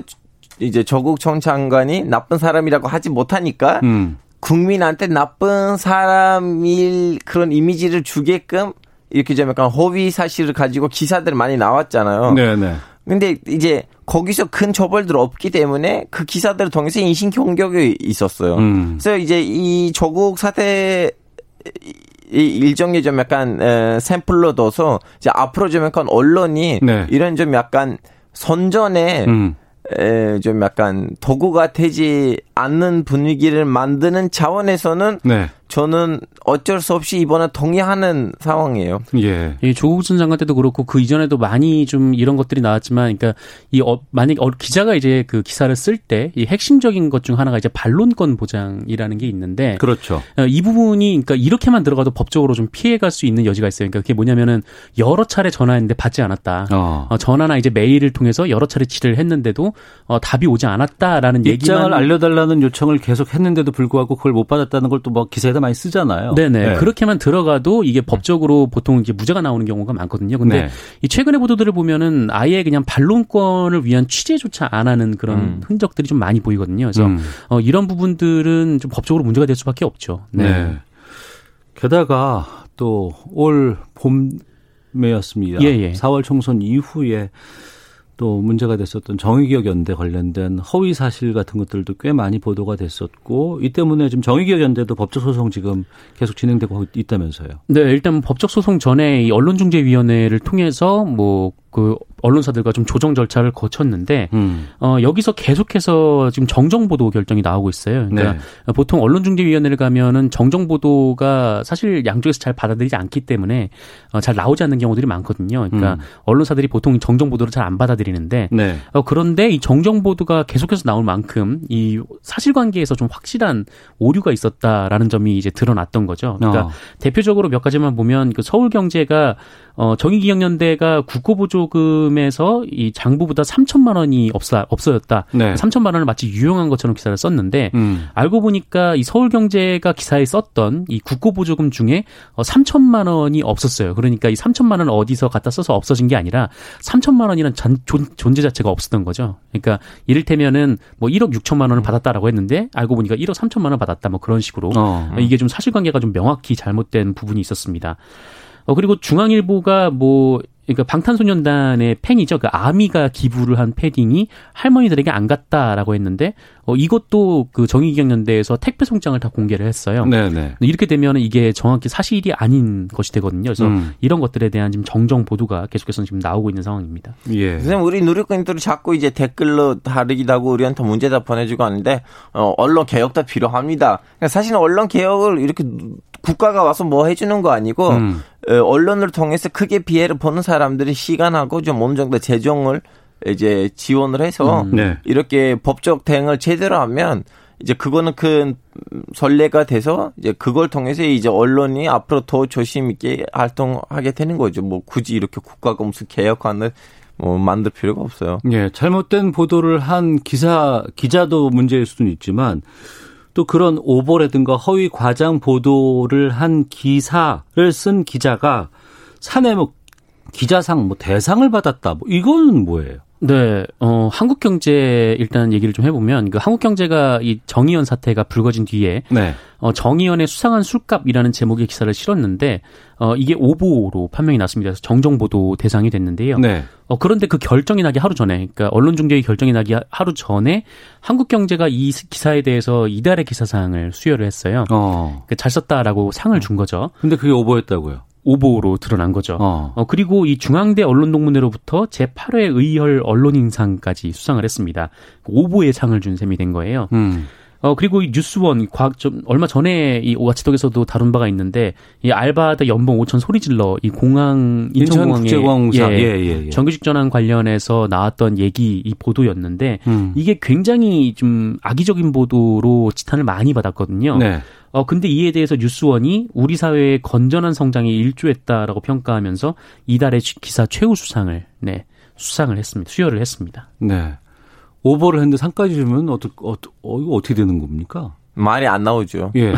Speaker 5: 이제 조국 전 장관이 나쁜 사람이라고 하지 못하니까
Speaker 1: 음.
Speaker 5: 국민한테 나쁜 사람일 그런 이미지를 주게끔 이렇게 좀 약간 허위 사실을 가지고 기사들 많이 나왔잖아요.
Speaker 1: 네네.
Speaker 5: 근데 이제 거기서 큰 처벌들 없기 때문에 그 기사들을 통해서 인신 공격이 있었어요.
Speaker 1: 음.
Speaker 5: 그래서 이제 이 조국 사태 이 일정에 좀 약간 에, 샘플로 둬서 이제 앞으로 좀 약간 언론이
Speaker 1: 네.
Speaker 5: 이런 좀 약간 선전에
Speaker 1: 음.
Speaker 5: 에, 좀 약간 도구가 되지 않는 분위기를 만드는 차원에서는
Speaker 1: 네.
Speaker 5: 저는 어쩔 수 없이 이번에 동의하는 상황이에요.
Speaker 1: 예.
Speaker 6: 이 조국 전 장관 때도 그렇고 그 이전에도 많이 좀 이런 것들이 나왔지만, 그러니까 이 어, 만약 어, 기자가 이제 그 기사를 쓸 때 이 핵심적인 것 중 하나가 이제 반론권 보장이라는 게 있는데,
Speaker 1: 그렇죠.
Speaker 6: 어, 이 부분이 그러니까 이렇게만 들어가도 법적으로 좀 피해갈 수 있는 여지가 있어요. 그러니까 그게 뭐냐면은 여러 차례 전화했는데 받지 않았다.
Speaker 1: 어.
Speaker 6: 어, 전화나 이제 메일을 통해서 여러 차례 질의를 했는데도 어, 답이 오지 않았다라는
Speaker 1: 입장을
Speaker 6: 얘기만
Speaker 1: 알려달라는 요청을 계속 했는데도 불구하고 그걸 못 받았다는 걸 또 뭐 기사에다 많이 쓰잖아요.
Speaker 6: 네네
Speaker 1: 네.
Speaker 6: 그렇게만 들어가도 이게 법적으로 보통 이제 무죄가 나오는 경우가 많거든요. 근데
Speaker 1: 네.
Speaker 6: 이 최근의 보도들을 보면은 아예 그냥 반론권을 위한 취재조차 안 하는 그런 흔적들이 좀 많이 보이거든요. 그래서
Speaker 1: 음.
Speaker 6: 어, 이런 부분들은 좀 법적으로 문제가 될 수밖에 없죠.
Speaker 1: 네. 게다가 또 올 봄에였습니다.
Speaker 6: 예, 예.
Speaker 1: 4월 총선 이후에 또 문제가 됐었던 정의기억 연대 관련된 허위 사실 같은 것들도 꽤 많이 보도가 됐었고 이 때문에 지금 정의기억 연대도 법적 소송 지금 계속 진행되고 있다면서요.
Speaker 6: 네, 일단 법적 소송 전에 이 언론중재위원회를 통해서 뭐 그 언론사들과 좀 조정 절차를 거쳤는데
Speaker 1: 음.
Speaker 6: 어 여기서 계속해서 지금 정정 보도 결정이 나오고 있어요. 그러니까
Speaker 1: 네.
Speaker 6: 보통 언론중재위원회를 가면은 정정 보도가 사실 양쪽에서 잘 받아들이지 않기 때문에 어, 잘 나오지 않는 경우들이 많거든요. 그러니까
Speaker 1: 음.
Speaker 6: 언론사들이 보통 정정 보도를 잘 안 받아들이는데
Speaker 1: 네.
Speaker 6: 어, 그런데 이 정정 보도가 계속해서 나올 만큼 이 사실관계에서 좀 확실한 오류가 있었다라는 점이 이제 드러났던 거죠. 그러니까
Speaker 1: 어.
Speaker 6: 대표적으로 몇 가지만 보면 그 서울경제가 어, 정의기억연대가 국고보조금에서 이 장부보다 3천만 원이 없어 없어졌다.
Speaker 1: 네.
Speaker 6: 3천만 원을 마치 유용한 것처럼 기사를 썼는데
Speaker 1: 음.
Speaker 6: 알고 보니까 이 서울경제가 기사에 썼던 이 국고보조금 중에 어, 3천만 원이 없었어요. 그러니까 이 3천만 원 어디서 갖다 써서 없어진 게 아니라 3천만 원이란 잔- 존, 존재 자체가 없었던 거죠. 그러니까 이를테면은 뭐 1억 6천만 원을 받았다라고 했는데 알고 보니까 1억 3천만 원을 받았다 뭐 그런 식으로
Speaker 1: 음. 어.
Speaker 6: 어, 이게 좀 사실관계가 좀 명확히 잘못된 부분이 있었습니다. 어, 그리고 중앙일보가 뭐 그러니까 방탄소년단의 팬이죠. 그 아미가 기부를 한 패딩이 할머니들에게 안 갔다라고 했는데 어, 이것도 그 정의기억연대에서 택배 송장을 다 공개를 했어요.
Speaker 1: 네네.
Speaker 6: 이렇게 되면 이게 정확히 사실이 아닌 것이 되거든요. 그래서
Speaker 1: 음.
Speaker 6: 이런 것들에 대한 지금 정정 보도가 계속해서 지금 나오고 있는 상황입니다.
Speaker 1: 예.
Speaker 5: 선생님 우리 누리꾼들을 자꾸 이제 댓글로 다르기도 하고 우리한테 문제 다 보내주고 하는데 어, 언론 개혁도 필요합니다. 그러니까 사실은 언론 개혁을 이렇게 국가가 와서 뭐 해주는 거 아니고 어, 언론을 통해서 크게 피해를 보는 사람들이 시간하고 좀 어느 정도 재정을 이제 지원을 해서
Speaker 2: 네.
Speaker 5: 이렇게 법적 대응을 제대로 하면 이제 그거는 큰 선례가 돼서 이제 그걸 통해서 이제 언론이 앞으로 더 조심 있게 활동하게 되는 거죠. 뭐 굳이 이렇게 국가가 무슨 개혁안을 뭐 만들 필요가 없어요.
Speaker 1: 예, 잘못된 보도를 한 기사 기자도 문제일 수는 있지만 또 그런 오보라든가 허위 과장 보도를 한 기사를 쓴 기자가 사내 뭐 기자상 뭐 대상을 받았다. 뭐 이건 뭐예요?
Speaker 6: 네, 어, 한국경제 일단 얘기를 좀 해보면 그 한국경제가 이 정의연 사태가 불거진 뒤에
Speaker 1: 네.
Speaker 6: 어, 정의연의 수상한 술값이라는 제목의 기사를 실었는데 어, 이게 오보로 판명이 났습니다. 그래서 정정보도 대상이 됐는데요.
Speaker 1: 네.
Speaker 6: 어, 그런데 그 결정이 나기 하루 전에, 그러니까 언론중재위 결정이 나기 하- 하루 전에 한국경제가 이 스- 기사에 대해서 이달의 기사상을 수여를 했어요. 그러니까
Speaker 1: 어.
Speaker 6: 그잘 썼다라고 상을 준 거죠.
Speaker 1: 근데 그게 오보였다고요.
Speaker 6: 오보로 드러난 거죠.
Speaker 1: 어.
Speaker 6: 어, 그리고 이 중앙대 언론동문회로부터 제8회 의열 언론인상까지 수상을 했습니다. 오보의 상을 준 셈이 된 거예요.
Speaker 1: 음.
Speaker 6: 어, 그리고 이 뉴스원, 과학 좀, 얼마 전에 이 와치독에서도 다룬 바가 있는데, 이 알바하다 연봉 5천 소리 질러, 이 공항, 인천공항에.
Speaker 1: 인천국제공항사. 예, 예, 예.
Speaker 6: 정규직 전환 관련해서 나왔던 얘기, 이 보도였는데,
Speaker 1: 음.
Speaker 6: 이게 굉장히 좀 악의적인 보도로 지탄을 많이 받았거든요.
Speaker 1: 네.
Speaker 6: 어, 근데 이에 대해서 뉴스원이 우리 사회의 건전한 성장에 일조했다라고 평가하면서 이달의 시- 기사 최우 수상을, 네, 수상을 했습니다. 수여를 했습니다.
Speaker 1: 네. 오보를 했는데 상까지 주면 어떻 어, 어 이거 어떻게 되는 겁니까?
Speaker 5: 말이 안 나오죠.
Speaker 1: 예.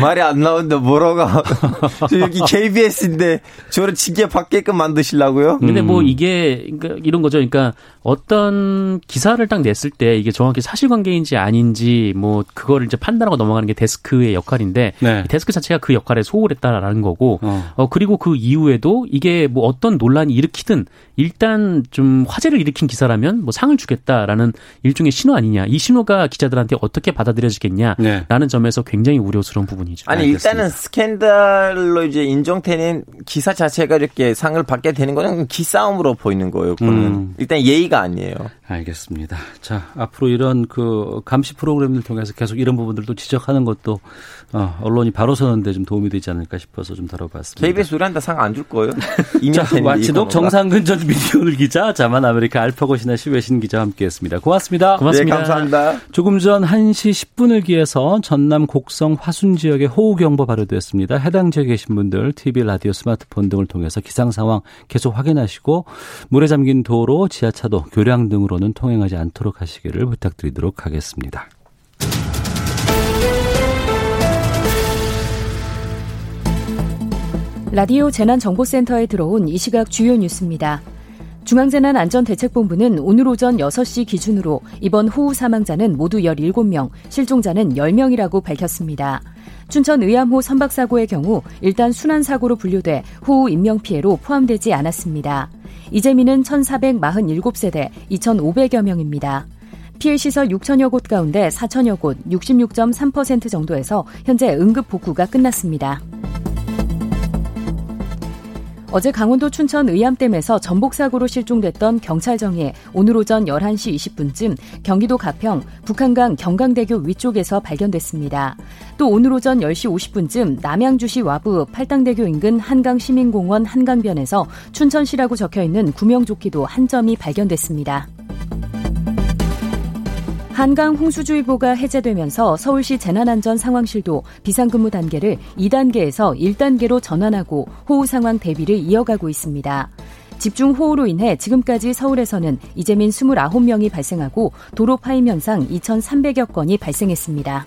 Speaker 5: 말이 안 나오는데 뭐라고 *laughs* 저 여기 KBS인데 저를 징계 받게끔 만드시려고요?
Speaker 6: 근데
Speaker 1: 음.
Speaker 6: 뭐 이게 그러니까 이런 거죠. 그러니까 어떤 기사를 딱 냈을 때 이게 정확히 사실관계인지 아닌지 뭐 그거를 이제 판단하고 넘어가는 게 데스크의 역할인데
Speaker 1: 네.
Speaker 6: 이 데스크 자체가 그 역할에 소홀했다라는 거고
Speaker 1: 어.
Speaker 6: 어 그리고 그 이후에도 이게 뭐 어떤 논란이 일으키든 일단 좀 화제를 일으킨 기사라면 뭐 상을 주겠다라는 일종의 신호 아니냐 이 신호가 기자들한테 어떻게 받아들여지겠냐
Speaker 1: 네.
Speaker 6: 라는 점에서 굉장히 우려스러운 부분이죠.
Speaker 5: 아니 일단은 스캔들로 이제 인정되는 기사 자체가 이렇게 상을 받게 되는 거는 기싸움으로 보이는 거예요. 그거는 일단 예의가 아니에요.
Speaker 1: 알겠습니다. 자, 앞으로 이런 그 감시 프로그램을 통해서 계속 이런 부분들도 지적하는 것도 어, 언론이 바로 서는데 좀 도움이 되지 않을까 싶어서 좀 다뤄봤습니다.
Speaker 5: KBS 우리한테 상 안 줄 거예요? 이미
Speaker 1: *laughs* 자,
Speaker 5: 됐는데
Speaker 1: 마치독
Speaker 5: 이거는.
Speaker 1: 정상근 전 *laughs* 미디어오늘 기자, 자만 아메리카 알파고시나 시외신 기자와 함께했습니다. 고맙습니다.
Speaker 5: 네,
Speaker 6: 고맙습니다.
Speaker 5: 감사합니다.
Speaker 1: 조금 전 1시 10분을 기해서 전남 곡성 화순 지역에 호우경보 발효됐습니다. 해당 지역에 계신 분들 TV, 라디오, 스마트폰 등을 통해서 기상 상황 계속 확인하시고 물에 잠긴 도로, 지하차도, 교량 등으로는 통행하지 않도록 하시기를 부탁드리도록 하겠습니다.
Speaker 7: 라디오 재난정보센터에 들어온 이 시각 주요 뉴스입니다. 중앙재난안전대책본부는 오늘 오전 6시 기준으로 이번 호우 사망자는 모두 17명, 실종자는 10명이라고 밝혔습니다. 춘천 의암호 선박사고의 경우 일단 순환사고로 분류돼 호우 인명피해로 포함되지 않았습니다. 이재민은 1,447세대 2,500여 명입니다. 피해 시설 6천여 곳 가운데 4천여 곳, 66.3% 정도에서 현재 응급 복구가 끝났습니다. 어제 강원도 춘천 의암댐에서 전복사고로 실종됐던 경찰정이 오늘 오전 11시 20분쯤 경기도 가평 북한강 경강대교 위쪽에서 발견됐습니다. 또 오늘 오전 10시 50분쯤 남양주시 와부 팔당대교 인근 한강시민공원 한강변에서 춘천시라고 적혀있는 구명조끼도 한 점이 발견됐습니다. 한강 홍수주의보가 해제되면서 서울시 재난안전 상황실도 비상근무 단계를 2단계에서 1단계로 전환하고 호우 상황 대비를 이어가고 있습니다. 집중 호우로 인해 지금까지 서울에서는 이재민 29명이 발생하고 도로 파임 현상 2,300여 건이 발생했습니다.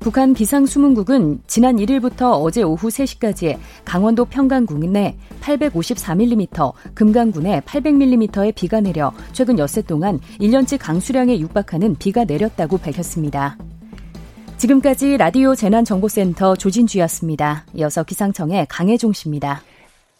Speaker 7: 북한 기상수문국은 지난 1일부터 어제 오후 3시까지 강원도 평강군 내 854mm, 금강군 에 800mm의 비가 내려 최근 엿새 동안 1년치 강수량에 육박하는 비가 내렸다고 밝혔습니다. 지금까지 라디오 재난정보센터 조진주였습니다. 이어서 기상청의 강혜종 씨입니다.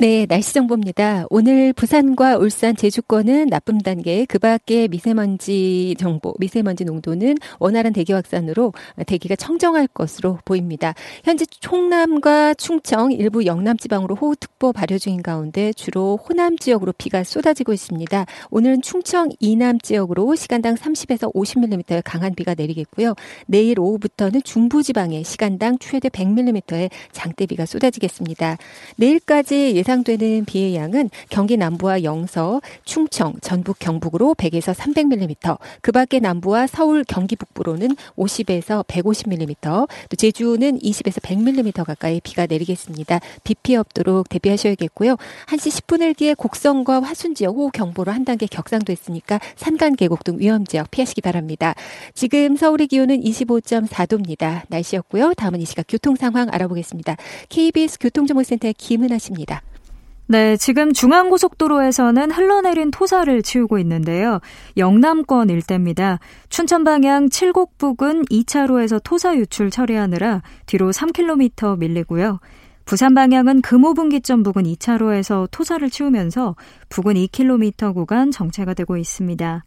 Speaker 8: 네, 날씨 정보입니다. 오늘 부산과 울산, 제주권은 나쁨 단계, 그 밖에 미세먼지 정보, 미세먼지 농도는 원활한 대기 확산으로 대기가 청정할 것으로 보입니다. 현재 충남과 충청, 일부 영남 지방으로 호우특보 발효 중인 가운데 주로 호남 지역으로 비가 쏟아지고 있습니다. 오늘은 충청 이남 지역으로 시간당 30에서 50mm의 강한 비가 내리겠고요. 내일 오후부터는 중부 지방에 시간당 최대 100mm의 장대비가 쏟아지겠습니다. 내일까지 예상되는 비의 양은 경기 남부와 영서, 충청, 전북, 경북으로 100에서 300mm, 그 밖에 남부와 서울, 경기 북부로는 50에서 150mm, 또 제주는 20에서 100mm 가까이 비가 내리겠습니다. 비 피해 없도록 대비하셔야겠고요. 1시 10분 일기에 곡성과 화순 지역 호우 경보로 한 단계 격상됐으니까 산간 계곡 등 위험 지역 피하시기 바랍니다. 지금 서울의 기온은 25.4도입니다. 날씨였고요. 다음은 이 시각 교통 상황 알아보겠습니다. KBS 교통정보센터의 김은아 씨입니다.
Speaker 9: 네, 지금 중앙고속도로에서는 흘러내린 토사를 치우고 있는데요. 영남권 일대입니다. 춘천 방향 칠곡 부근 2차로에서 토사 유출 처리하느라 뒤로 3km 밀리고요. 부산 방향은 금호분기점 부근 2차로에서 토사를 치우면서 부근 2km 구간 정체가 되고 있습니다.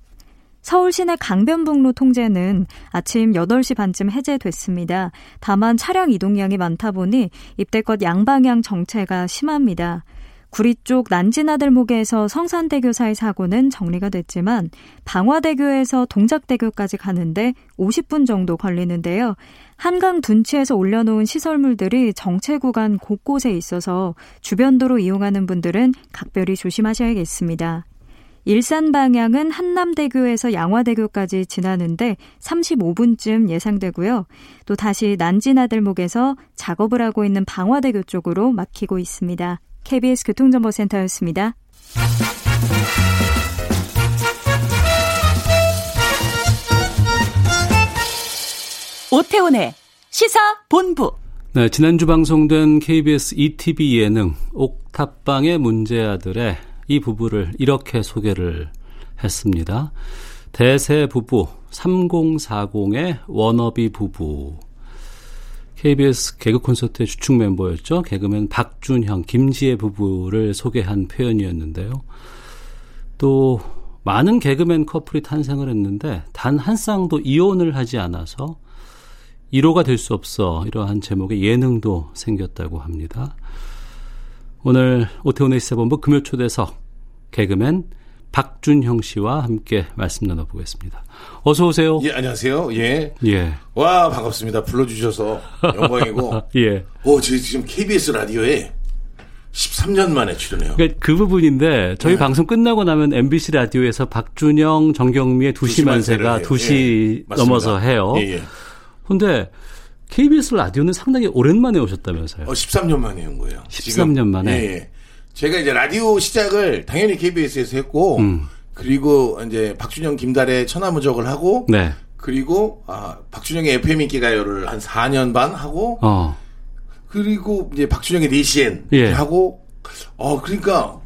Speaker 9: 서울 시내 강변북로 통제는 아침 8시 반쯤 해제됐습니다. 다만 차량 이동량이 많다 보니 입대껏 양방향 정체가 심합니다. 구리 쪽 난지나들목에서 성산대교 사이 사고는 정리가 됐지만 방화대교에서 동작대교까지 가는데 50분 정도 걸리는데요. 한강 둔치에서 올려놓은 시설물들이 정체 구간 곳곳에 있어서 주변도로 이용하는 분들은 각별히 조심하셔야겠습니다. 일산 방향은 한남대교에서 양화대교까지 지나는데 35분쯤 예상되고요. 또 다시 난지나들목에서 작업을 하고 있는 방화대교 쪽으로 막히고 있습니다. KBS 교통정보센터였습니다.
Speaker 10: 오태훈의 시사 본부.
Speaker 1: 네, 지난주 방송된 KBS ETV 예능 옥탑방의 문제 아들의 이 부부를 이렇게 소개를 했습니다. 대세 부부 3040의 워너비 부부. KBS 개그 콘서트의 주축 멤버였죠. 개그맨 박준형, 김지혜 부부를 소개한 표현이었는데요. 또 많은 개그맨 커플이 탄생을 했는데 단 한 쌍도 이혼을 하지 않아서 1호가 될 수 없어 이러한 제목의 예능도 생겼다고 합니다. 오늘 오태훈의 시사본부 금요초대석 개그맨 박준형 씨와 함께 말씀 나눠보겠습니다. 어서 오세요.
Speaker 11: 예, 안녕하세요. 예.
Speaker 1: 예.
Speaker 11: 와, 반갑습니다. 불러주셔서 영광이고.
Speaker 1: 예.
Speaker 11: 오, 어, 저 지금 KBS 라디오에 13년 만에 출연해요.
Speaker 1: 그러니까 그 부분인데 저희
Speaker 11: 네.
Speaker 1: 방송 끝나고 나면 MBC 라디오에서 박준영, 정경미의 두시
Speaker 11: 두시
Speaker 1: 만세가
Speaker 11: 만세를 해요.
Speaker 1: 2시
Speaker 11: 예, 맞습니다.
Speaker 1: 넘어서 해요.
Speaker 11: 예, 예.
Speaker 1: 근데 KBS 라디오는 상당히 오랜만에 오셨다면서요.
Speaker 11: 어, 13년 만에 온 거예요.
Speaker 1: 13년
Speaker 11: 지금.
Speaker 1: 만에?
Speaker 11: 예, 예. 제가 이제 라디오 시작을 당연히 KBS에서 했고,
Speaker 1: 음.
Speaker 11: 그리고 이제 박준영 김달의 천하무적을 하고,
Speaker 1: 네.
Speaker 11: 그리고 아, 박준영의 FM 인기가요를 한 4년 반 하고,
Speaker 1: 어.
Speaker 11: 그리고 이제 예, 박준영의 네시엔
Speaker 1: 예.
Speaker 11: 하고 어 그러니까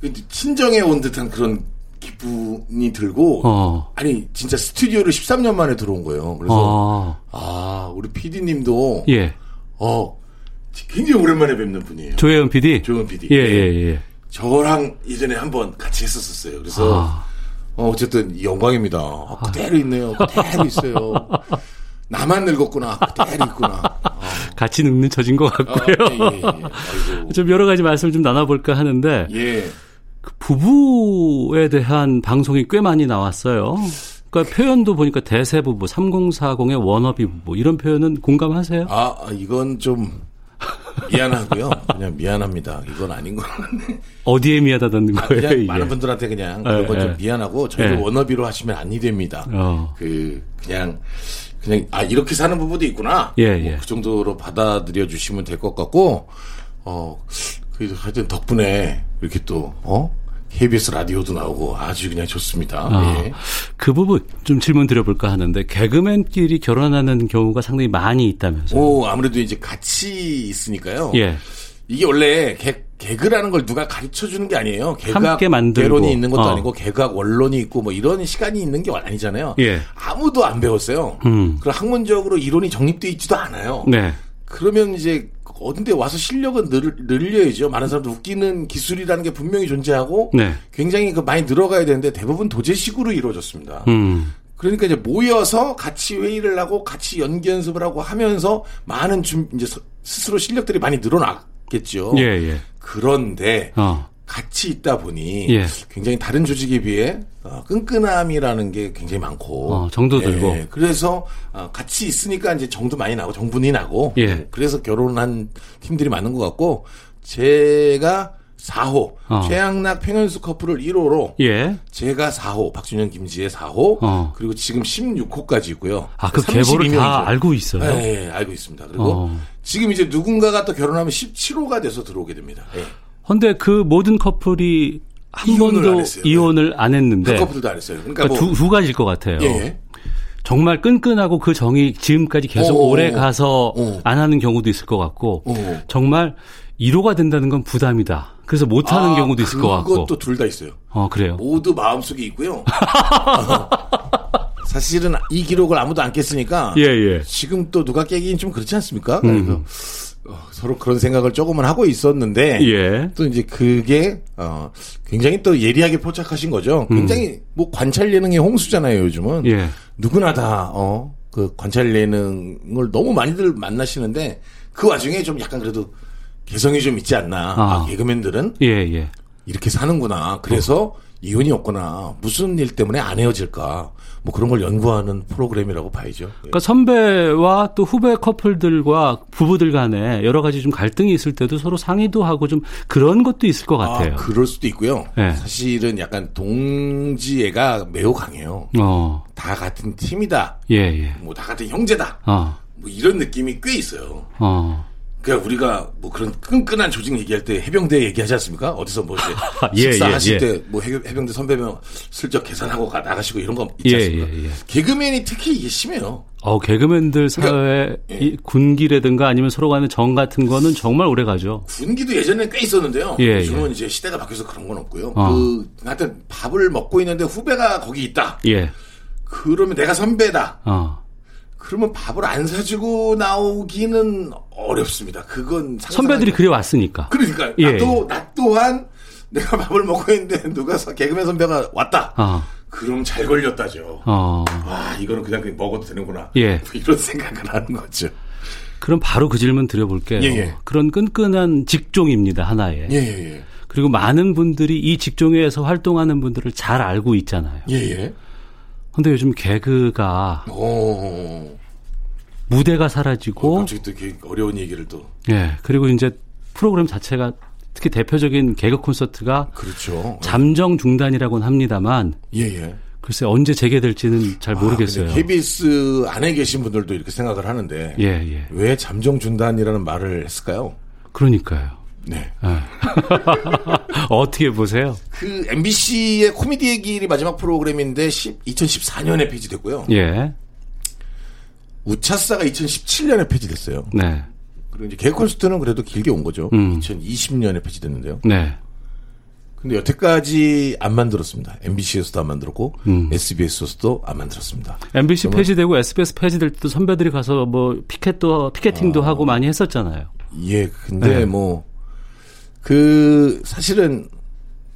Speaker 11: 그 친정에 온 듯한 그런 기분이 들고
Speaker 1: 어.
Speaker 11: 아니 진짜 스튜디오를 13년 만에 들어온 거예요. 그래서
Speaker 1: 어.
Speaker 11: 아 우리 PD님도
Speaker 1: 예.
Speaker 11: 어 굉장히 오랜만에 뵙는 분이에요.
Speaker 1: 조혜연 PD.
Speaker 11: 조은 PD.
Speaker 1: 예, 예, 예.
Speaker 11: 저랑 예전에 한번 같이 했었었어요. 그래서
Speaker 1: 아.
Speaker 11: 어, 어쨌든 이 영광입니다. 어, 그대로 있네요. 그대로 있어요. 나만 늙었구나. 그대로 있구나. 어,
Speaker 1: 같이 늙는처진 것 *laughs*
Speaker 11: 어,
Speaker 1: 같고요.
Speaker 11: 예, 예, 예. 아이고.
Speaker 1: 좀 여러 가지 말씀을 좀 나눠볼까 하는데
Speaker 11: 예.
Speaker 1: 그 부부에 대한 방송이 꽤 많이 나왔어요. 그러니까 표현도 보니까 대세 부부, 3040의 워너비 부부 이런 표현은 공감하세요?
Speaker 11: 아, 아, 이건 좀 미안하고요. 그냥 미안합니다. 이건 아닌 거 같네.
Speaker 1: 어디에 미하다는 *laughs* 거예요?
Speaker 11: 아, 그냥
Speaker 1: 이게?
Speaker 11: 많은 분들한테 그냥
Speaker 1: 예,
Speaker 11: 그런 건
Speaker 1: 예.
Speaker 11: 좀 미안하고 저희도
Speaker 1: 예.
Speaker 11: 워너비로 하시면 아니 됩니다.
Speaker 1: 어.
Speaker 11: 그 그냥 그냥 아 이렇게 사는 부부도 있구나.
Speaker 1: 예,
Speaker 11: 뭐
Speaker 1: 예.
Speaker 11: 그 정도로 받아들여 주시면 될 것 같고 어그 하여튼 덕분에 이렇게 또어 KBS 라디오도 나오고 아주 그냥 좋습니다.
Speaker 1: 아,
Speaker 11: 예.
Speaker 1: 그 부분 좀 질문 드려볼까 하는데 개그맨끼리 결혼하는 경우가 상당히 많이 있다면서요?
Speaker 11: 오 아무래도 이제 같이 있으니까요.
Speaker 1: 예,
Speaker 11: 이게 원래 개, 개그라는 걸 누가 가르쳐 주는 게 아니에요. 개그학
Speaker 1: 함께 만들고.
Speaker 11: 개론이 있는 것도
Speaker 1: 어.
Speaker 11: 아니고 개그학 원론이 있고 뭐 이런 시간이 있는 게 아니잖아요.
Speaker 1: 예.
Speaker 11: 아무도 안 배웠어요.
Speaker 1: 음.
Speaker 11: 그리고 학문적으로 이론이 정립돼 있지도 않아요.
Speaker 1: 네.
Speaker 11: 그러면 이제 어딘데 와서 실력은 늘, 늘려야죠. 많은 사람들 웃기는 기술이라는 게 분명히 존재하고
Speaker 1: 네.
Speaker 11: 굉장히 그 많이 늘어가야 되는데 대부분 도제식으로 이루어졌습니다.
Speaker 1: 음.
Speaker 11: 그러니까 이제 모여서 같이 회의를 하고 같이 연기 연습을 하고 하면서 많은 준 이제 스- 스스로 실력들이 많이 늘어났겠죠.
Speaker 1: 예, 예.
Speaker 11: 그런데
Speaker 1: 어.
Speaker 11: 같이 있다 보니
Speaker 1: 예.
Speaker 11: 굉장히 다른 조직에 비해 어, 끈끈함이라는 게 굉장히 많고 예,
Speaker 1: 어, 정도 들고.
Speaker 11: 그래서 어, 같이 있으니까 이제 정도 많이 나고 정분이 나고
Speaker 1: 예.
Speaker 11: 그래서 결혼한 팀들이 많은 것 같고 제가 4호
Speaker 1: 어.
Speaker 11: 최양락 팽현수 커플을 1호로
Speaker 1: 예.
Speaker 11: 제가 4호 박준현 김지혜 4호
Speaker 1: 어.
Speaker 11: 그리고 지금 16호까지 있고요.
Speaker 1: 아, 그 계보를 다 알고 있어요?
Speaker 11: 네, 알고 있습니다. 그리고
Speaker 1: 어.
Speaker 11: 지금 이제 누군가가 또 결혼하면 17호가 돼서 들어오게 됩니다. 예.
Speaker 1: 근데 그 모든 커플이 한
Speaker 11: 이혼을 안
Speaker 1: 번도
Speaker 11: 했어요.
Speaker 1: 이혼을 안 했는데
Speaker 11: 그 커플도 안 했어요. 그러니까,
Speaker 1: 네. 그러니까 어.
Speaker 11: 뭐
Speaker 1: 두, 두 가지일 것 같아요.
Speaker 11: 예, 예.
Speaker 1: 정말 끈끈하고 그 정이 지금까지 계속
Speaker 11: 어,
Speaker 1: 오래
Speaker 11: 어,
Speaker 1: 가서
Speaker 11: 어.
Speaker 1: 안 하는 경우도 있을 것 같고
Speaker 11: 어.
Speaker 1: 정말 1호가 된다는 건 부담이다. 그래서 못 하는
Speaker 11: 아,
Speaker 1: 경우도 있을 것 같고.
Speaker 11: 그것도 뭐. 둘 다 있어요.
Speaker 1: 어 그래요.
Speaker 11: 모두 마음속에
Speaker 1: *laughs*
Speaker 11: 있고요. 어. 사실은 이 기록을 아무도 안 깼으니까
Speaker 1: 예 음. 예.
Speaker 11: 지금 또 누가 깨긴 좀 그렇지 않습니까? 그래서 어, 서로 그런 생각을 조금은 하고 있었는데
Speaker 1: 예.
Speaker 11: 또 이제 그게 어 굉장히 또 예리하게 포착하신 거죠. 굉장히 뭐 관찰 예능의 홍수잖아요, 요즘은.
Speaker 1: 음. 예.
Speaker 11: 누구나 다어그 관찰 예능을 너무 많이들 만나시는데 그 와중에 좀 약간 그래도 개성이 좀 있지 않나.
Speaker 1: 아.
Speaker 11: 아, 개그맨들은
Speaker 1: 예 예.
Speaker 11: 이렇게 사는구나. 그래서
Speaker 1: 어.
Speaker 11: 이혼이 없거나 무슨 일 때문에 안 헤어질까. 뭐 그런 걸 연구하는 프로그램이라고 봐야죠. 예.
Speaker 1: 그러니까 선배와 또 후배 커플들과 부부들 간에 여러 가지 좀 갈등이 있을 때도 서로 상의도 하고 좀 그런 것도 있을 것 같아요.
Speaker 11: 아, 그럴 수도 있고요.
Speaker 1: 예.
Speaker 11: 사실은 약간 동지애가 매우 강해요.
Speaker 1: 어.
Speaker 11: 다 같은 팀이다.
Speaker 1: 예 예.
Speaker 11: 뭐 다 같은 형제다.
Speaker 1: 어.
Speaker 11: 뭐 이런 느낌이 꽤 있어요.
Speaker 1: 어.
Speaker 11: 그러니까 우리가 뭐 그런 끈끈한 조직 얘기할 때 해병대 얘기하지 않습니까? 어디서 뭐
Speaker 1: *laughs* 예,
Speaker 11: 이제 식사하실
Speaker 1: 예, 예.
Speaker 11: 때뭐 해병대 선배면 슬쩍 계산하고 가 나가시고 이런 거
Speaker 1: 예,
Speaker 11: 있지 않습니까?
Speaker 1: 예, 예.
Speaker 11: 개그맨이 특히 이게 심해요.
Speaker 1: 어,
Speaker 11: 네.
Speaker 1: 개그맨들 사회 이 군기라든가 아니면 서로 간의 정 같은 거는 정말 오래 가죠.
Speaker 11: 군기도 예전에 꽤 있었는데요.
Speaker 1: 예,
Speaker 11: 요즘은 이제 시대가 바뀌어서 그런 건 없고요.
Speaker 1: 어.
Speaker 11: 그 하여튼 밥을 먹고 있는데 후배가 거기 있다.
Speaker 1: 예.
Speaker 11: 그러면 내가 선배다.
Speaker 1: 어.
Speaker 11: 그러면 밥을 안 사주고 나오기는 어렵습니다. 그건 상상하기
Speaker 1: 선배들이 그래 왔으니까.
Speaker 11: 그러니까
Speaker 1: 예,
Speaker 11: 나도 나 또한 내가 밥을 먹고 있는데 누가 서- 개그맨 선배가 왔다.
Speaker 1: 어.
Speaker 11: 그럼 잘 걸렸다죠.
Speaker 1: 어.
Speaker 11: 아 이거는 그냥 그냥 먹어도 되는구나.
Speaker 1: 예.
Speaker 11: 뭐 *laughs* 이런 생각을 하는 거죠.
Speaker 1: 그럼 바로 그 질문 드려볼게요.
Speaker 11: 예, 예.
Speaker 1: 그런 끈끈한 직종입니다, 하나의.
Speaker 11: 예예예.
Speaker 1: 그리고 많은 분들이 이 직종에서 활동하는 분들을 잘 알고 있잖아요.
Speaker 11: 예예. 어,
Speaker 1: 근데 요즘 개그가
Speaker 11: 오.
Speaker 1: 무대가 사라지고,
Speaker 11: 어. 갑자기 또 이렇게 어려운 얘기를 또.
Speaker 1: 예. 그리고 이제 프로그램 자체가 특히 대표적인 개그 콘서트가
Speaker 11: 그렇죠.
Speaker 1: 잠정 중단이라고는 합니다만,
Speaker 11: 예예. 아,
Speaker 1: 글쎄 언제 재개될지는 잘 모르겠어요.
Speaker 11: KBS 안에 계신 분들도 이렇게 생각을 하는데
Speaker 1: 예, 예.
Speaker 11: 왜 잠정 준단이라는 말을 했을까요?
Speaker 1: 그러니까요.
Speaker 11: 네.
Speaker 1: 아. 어떻게 보세요?
Speaker 11: 그 MBC의 코미디의 길이 마지막 프로그램인데 2014년에 폐지됐고요.
Speaker 1: 예.
Speaker 11: 우차사가 2017년에 폐지됐어요.
Speaker 1: 네.
Speaker 11: 그리고 이제 개그 콘서트는 그래도 길게 온 거죠.
Speaker 1: 음.
Speaker 11: 2020년에 폐지됐는데요.
Speaker 1: 네.
Speaker 11: 근데 여태까지 안 만들었습니다. MBC에서도 안 만들었고
Speaker 1: 음.
Speaker 11: SBS에서도 안 만들었습니다.
Speaker 1: MBC 폐지되고 SBS 폐지될 때도 선배들이 가서 뭐 피켓도 피켓팅도 하고 많이 했었잖아요.
Speaker 11: 예, 근데
Speaker 1: 네.
Speaker 11: 뭐 그 사실은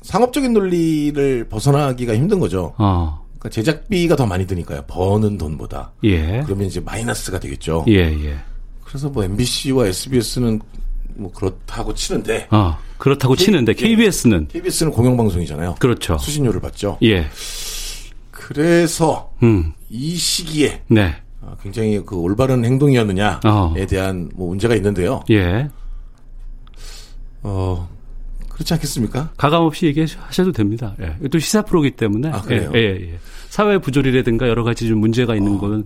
Speaker 11: 상업적인 논리를 벗어나기가 힘든 거죠.
Speaker 1: 어.
Speaker 11: 그러니까 제작비가 더 많이 드니까요. 버는 돈보다.
Speaker 1: 예.
Speaker 11: 그러면 이제 마이너스가 되겠죠.
Speaker 1: 예, 예.
Speaker 11: 그래서 뭐 MBC와 SBS는 뭐 그렇다고 치는데
Speaker 1: 어. 그렇다고
Speaker 11: K-
Speaker 1: 치는데
Speaker 11: 예.
Speaker 1: KBS는
Speaker 11: KBS는 공영방송이잖아요.
Speaker 1: 그렇죠.
Speaker 11: 수신료를 받죠.
Speaker 1: 예.
Speaker 11: 그래서
Speaker 1: 음.
Speaker 11: 이 시기에
Speaker 1: 네.
Speaker 11: 아, 굉장히 그 올바른 행동이었느냐에
Speaker 1: 어.
Speaker 11: 대한 뭐 문제가 있는데요.
Speaker 1: 예.
Speaker 11: 어 그렇지 않겠습니까?
Speaker 1: 가감 없이 얘기하셔도 됩니다. 예. 또 시사 프로기 때문에
Speaker 11: 아, 그래요?
Speaker 1: 예, 예, 예. 사회 부조리라든가 여러 가지 좀 문제가 있는 거는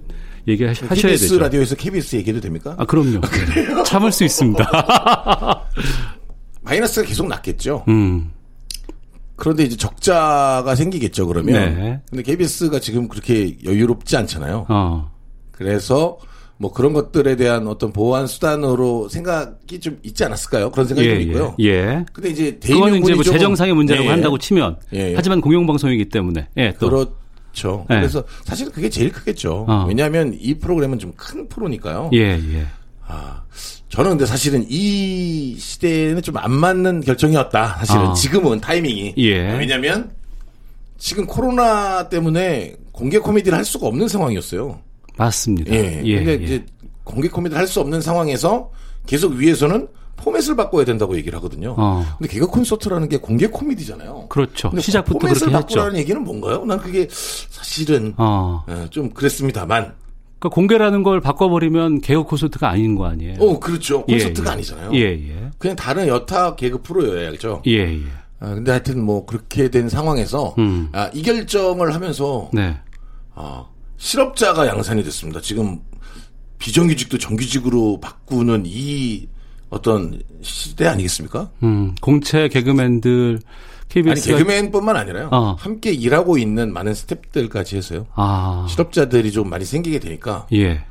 Speaker 1: 얘기하셔야
Speaker 11: KBS
Speaker 1: 되죠.
Speaker 11: 라디오에서 KBS 얘기해도 됩니까?
Speaker 1: 아, 그럼요. *laughs* 참을
Speaker 11: *laughs*
Speaker 1: 수 있습니다.
Speaker 11: 마이너스가 계속 났겠죠.
Speaker 1: 음.
Speaker 11: 그런데 이제 적자가 생기겠죠. 그러면
Speaker 1: 네.
Speaker 11: 근데 KBS가 지금 그렇게 여유롭지 않잖아요.
Speaker 1: 어.
Speaker 11: 그래서 뭐 그런 것들에 대한 어떤 보완 수단으로 생각이 좀 있지 않았을까요? 그런 생각이
Speaker 1: 예,
Speaker 11: 좀 있고요.
Speaker 1: 예, 예.
Speaker 11: 근데 이제
Speaker 1: 그거는
Speaker 11: 대인용군이
Speaker 1: 이제 뭐
Speaker 11: 조금-
Speaker 1: 재정상의 문제라고
Speaker 11: 예, 예.
Speaker 1: 한다고 치면
Speaker 11: 예, 예.
Speaker 1: 하지만 공영방송이기 때문에 예, 또
Speaker 11: 그렇죠.
Speaker 1: 예.
Speaker 11: 그래서 사실 그게 제일 크겠죠.
Speaker 1: 어.
Speaker 11: 왜냐하면 이 프로그램은 좀 큰 프로니까요.
Speaker 1: 예, 예.
Speaker 11: 아, 저는 근데 사실은 이 시대에는 좀 안 맞는 결정이었다. 사실은
Speaker 1: 아.
Speaker 11: 지금은 타이밍이.
Speaker 1: 예.
Speaker 11: 왜냐면 지금 코로나 때문에 공개 코미디를 할 수가 없는 상황이었어요.
Speaker 1: 맞습니다.
Speaker 11: 예.
Speaker 1: 예,
Speaker 11: 근데
Speaker 1: 예.
Speaker 11: 이제 공개 코미디를 할 수 없는 상황에서 계속 위에서는 포맷을 바꿔야 된다고 얘기를 하거든요.
Speaker 1: 어.
Speaker 11: 근데 개그 콘서트라는 게 공개 코미디잖아요.
Speaker 1: 그렇죠.
Speaker 11: 근데
Speaker 1: 시작부터
Speaker 11: 포맷을
Speaker 1: 그렇게 했죠.
Speaker 11: 바꾸라는 얘기는 뭔가요? 난 그게 사실은
Speaker 1: 어.
Speaker 11: 어, 좀 그랬습니다만.
Speaker 1: 그러니까 공개라는 걸 바꿔버리면 개그 콘서트가 아닌 거 아니에요?
Speaker 11: 어, 그렇죠. 콘서트가
Speaker 1: 예, 예.
Speaker 11: 아니잖아요.
Speaker 1: 예, 예.
Speaker 11: 그냥 다른 여타 개그 프로여야죠.
Speaker 1: 예, 예.
Speaker 11: 아, 근데 하여튼 뭐 그렇게 된 상황에서
Speaker 1: 음.
Speaker 11: 아, 이 결정을 하면서
Speaker 1: 네.
Speaker 11: 아, 실업자가 양산이 됐습니다. 지금 비정규직도 정규직으로 바꾸는 이 어떤 시대 아니겠습니까?
Speaker 1: 음, 공채 개그맨들
Speaker 11: 아니
Speaker 1: KBS가
Speaker 11: 개그맨뿐만 아니라요.
Speaker 1: 그러니까 어.
Speaker 11: 함께 일하고 있는 많은 스탭들까지 해서요.
Speaker 1: 아,
Speaker 11: 실업자들이 좀 많이 생기게 되니까
Speaker 1: 예.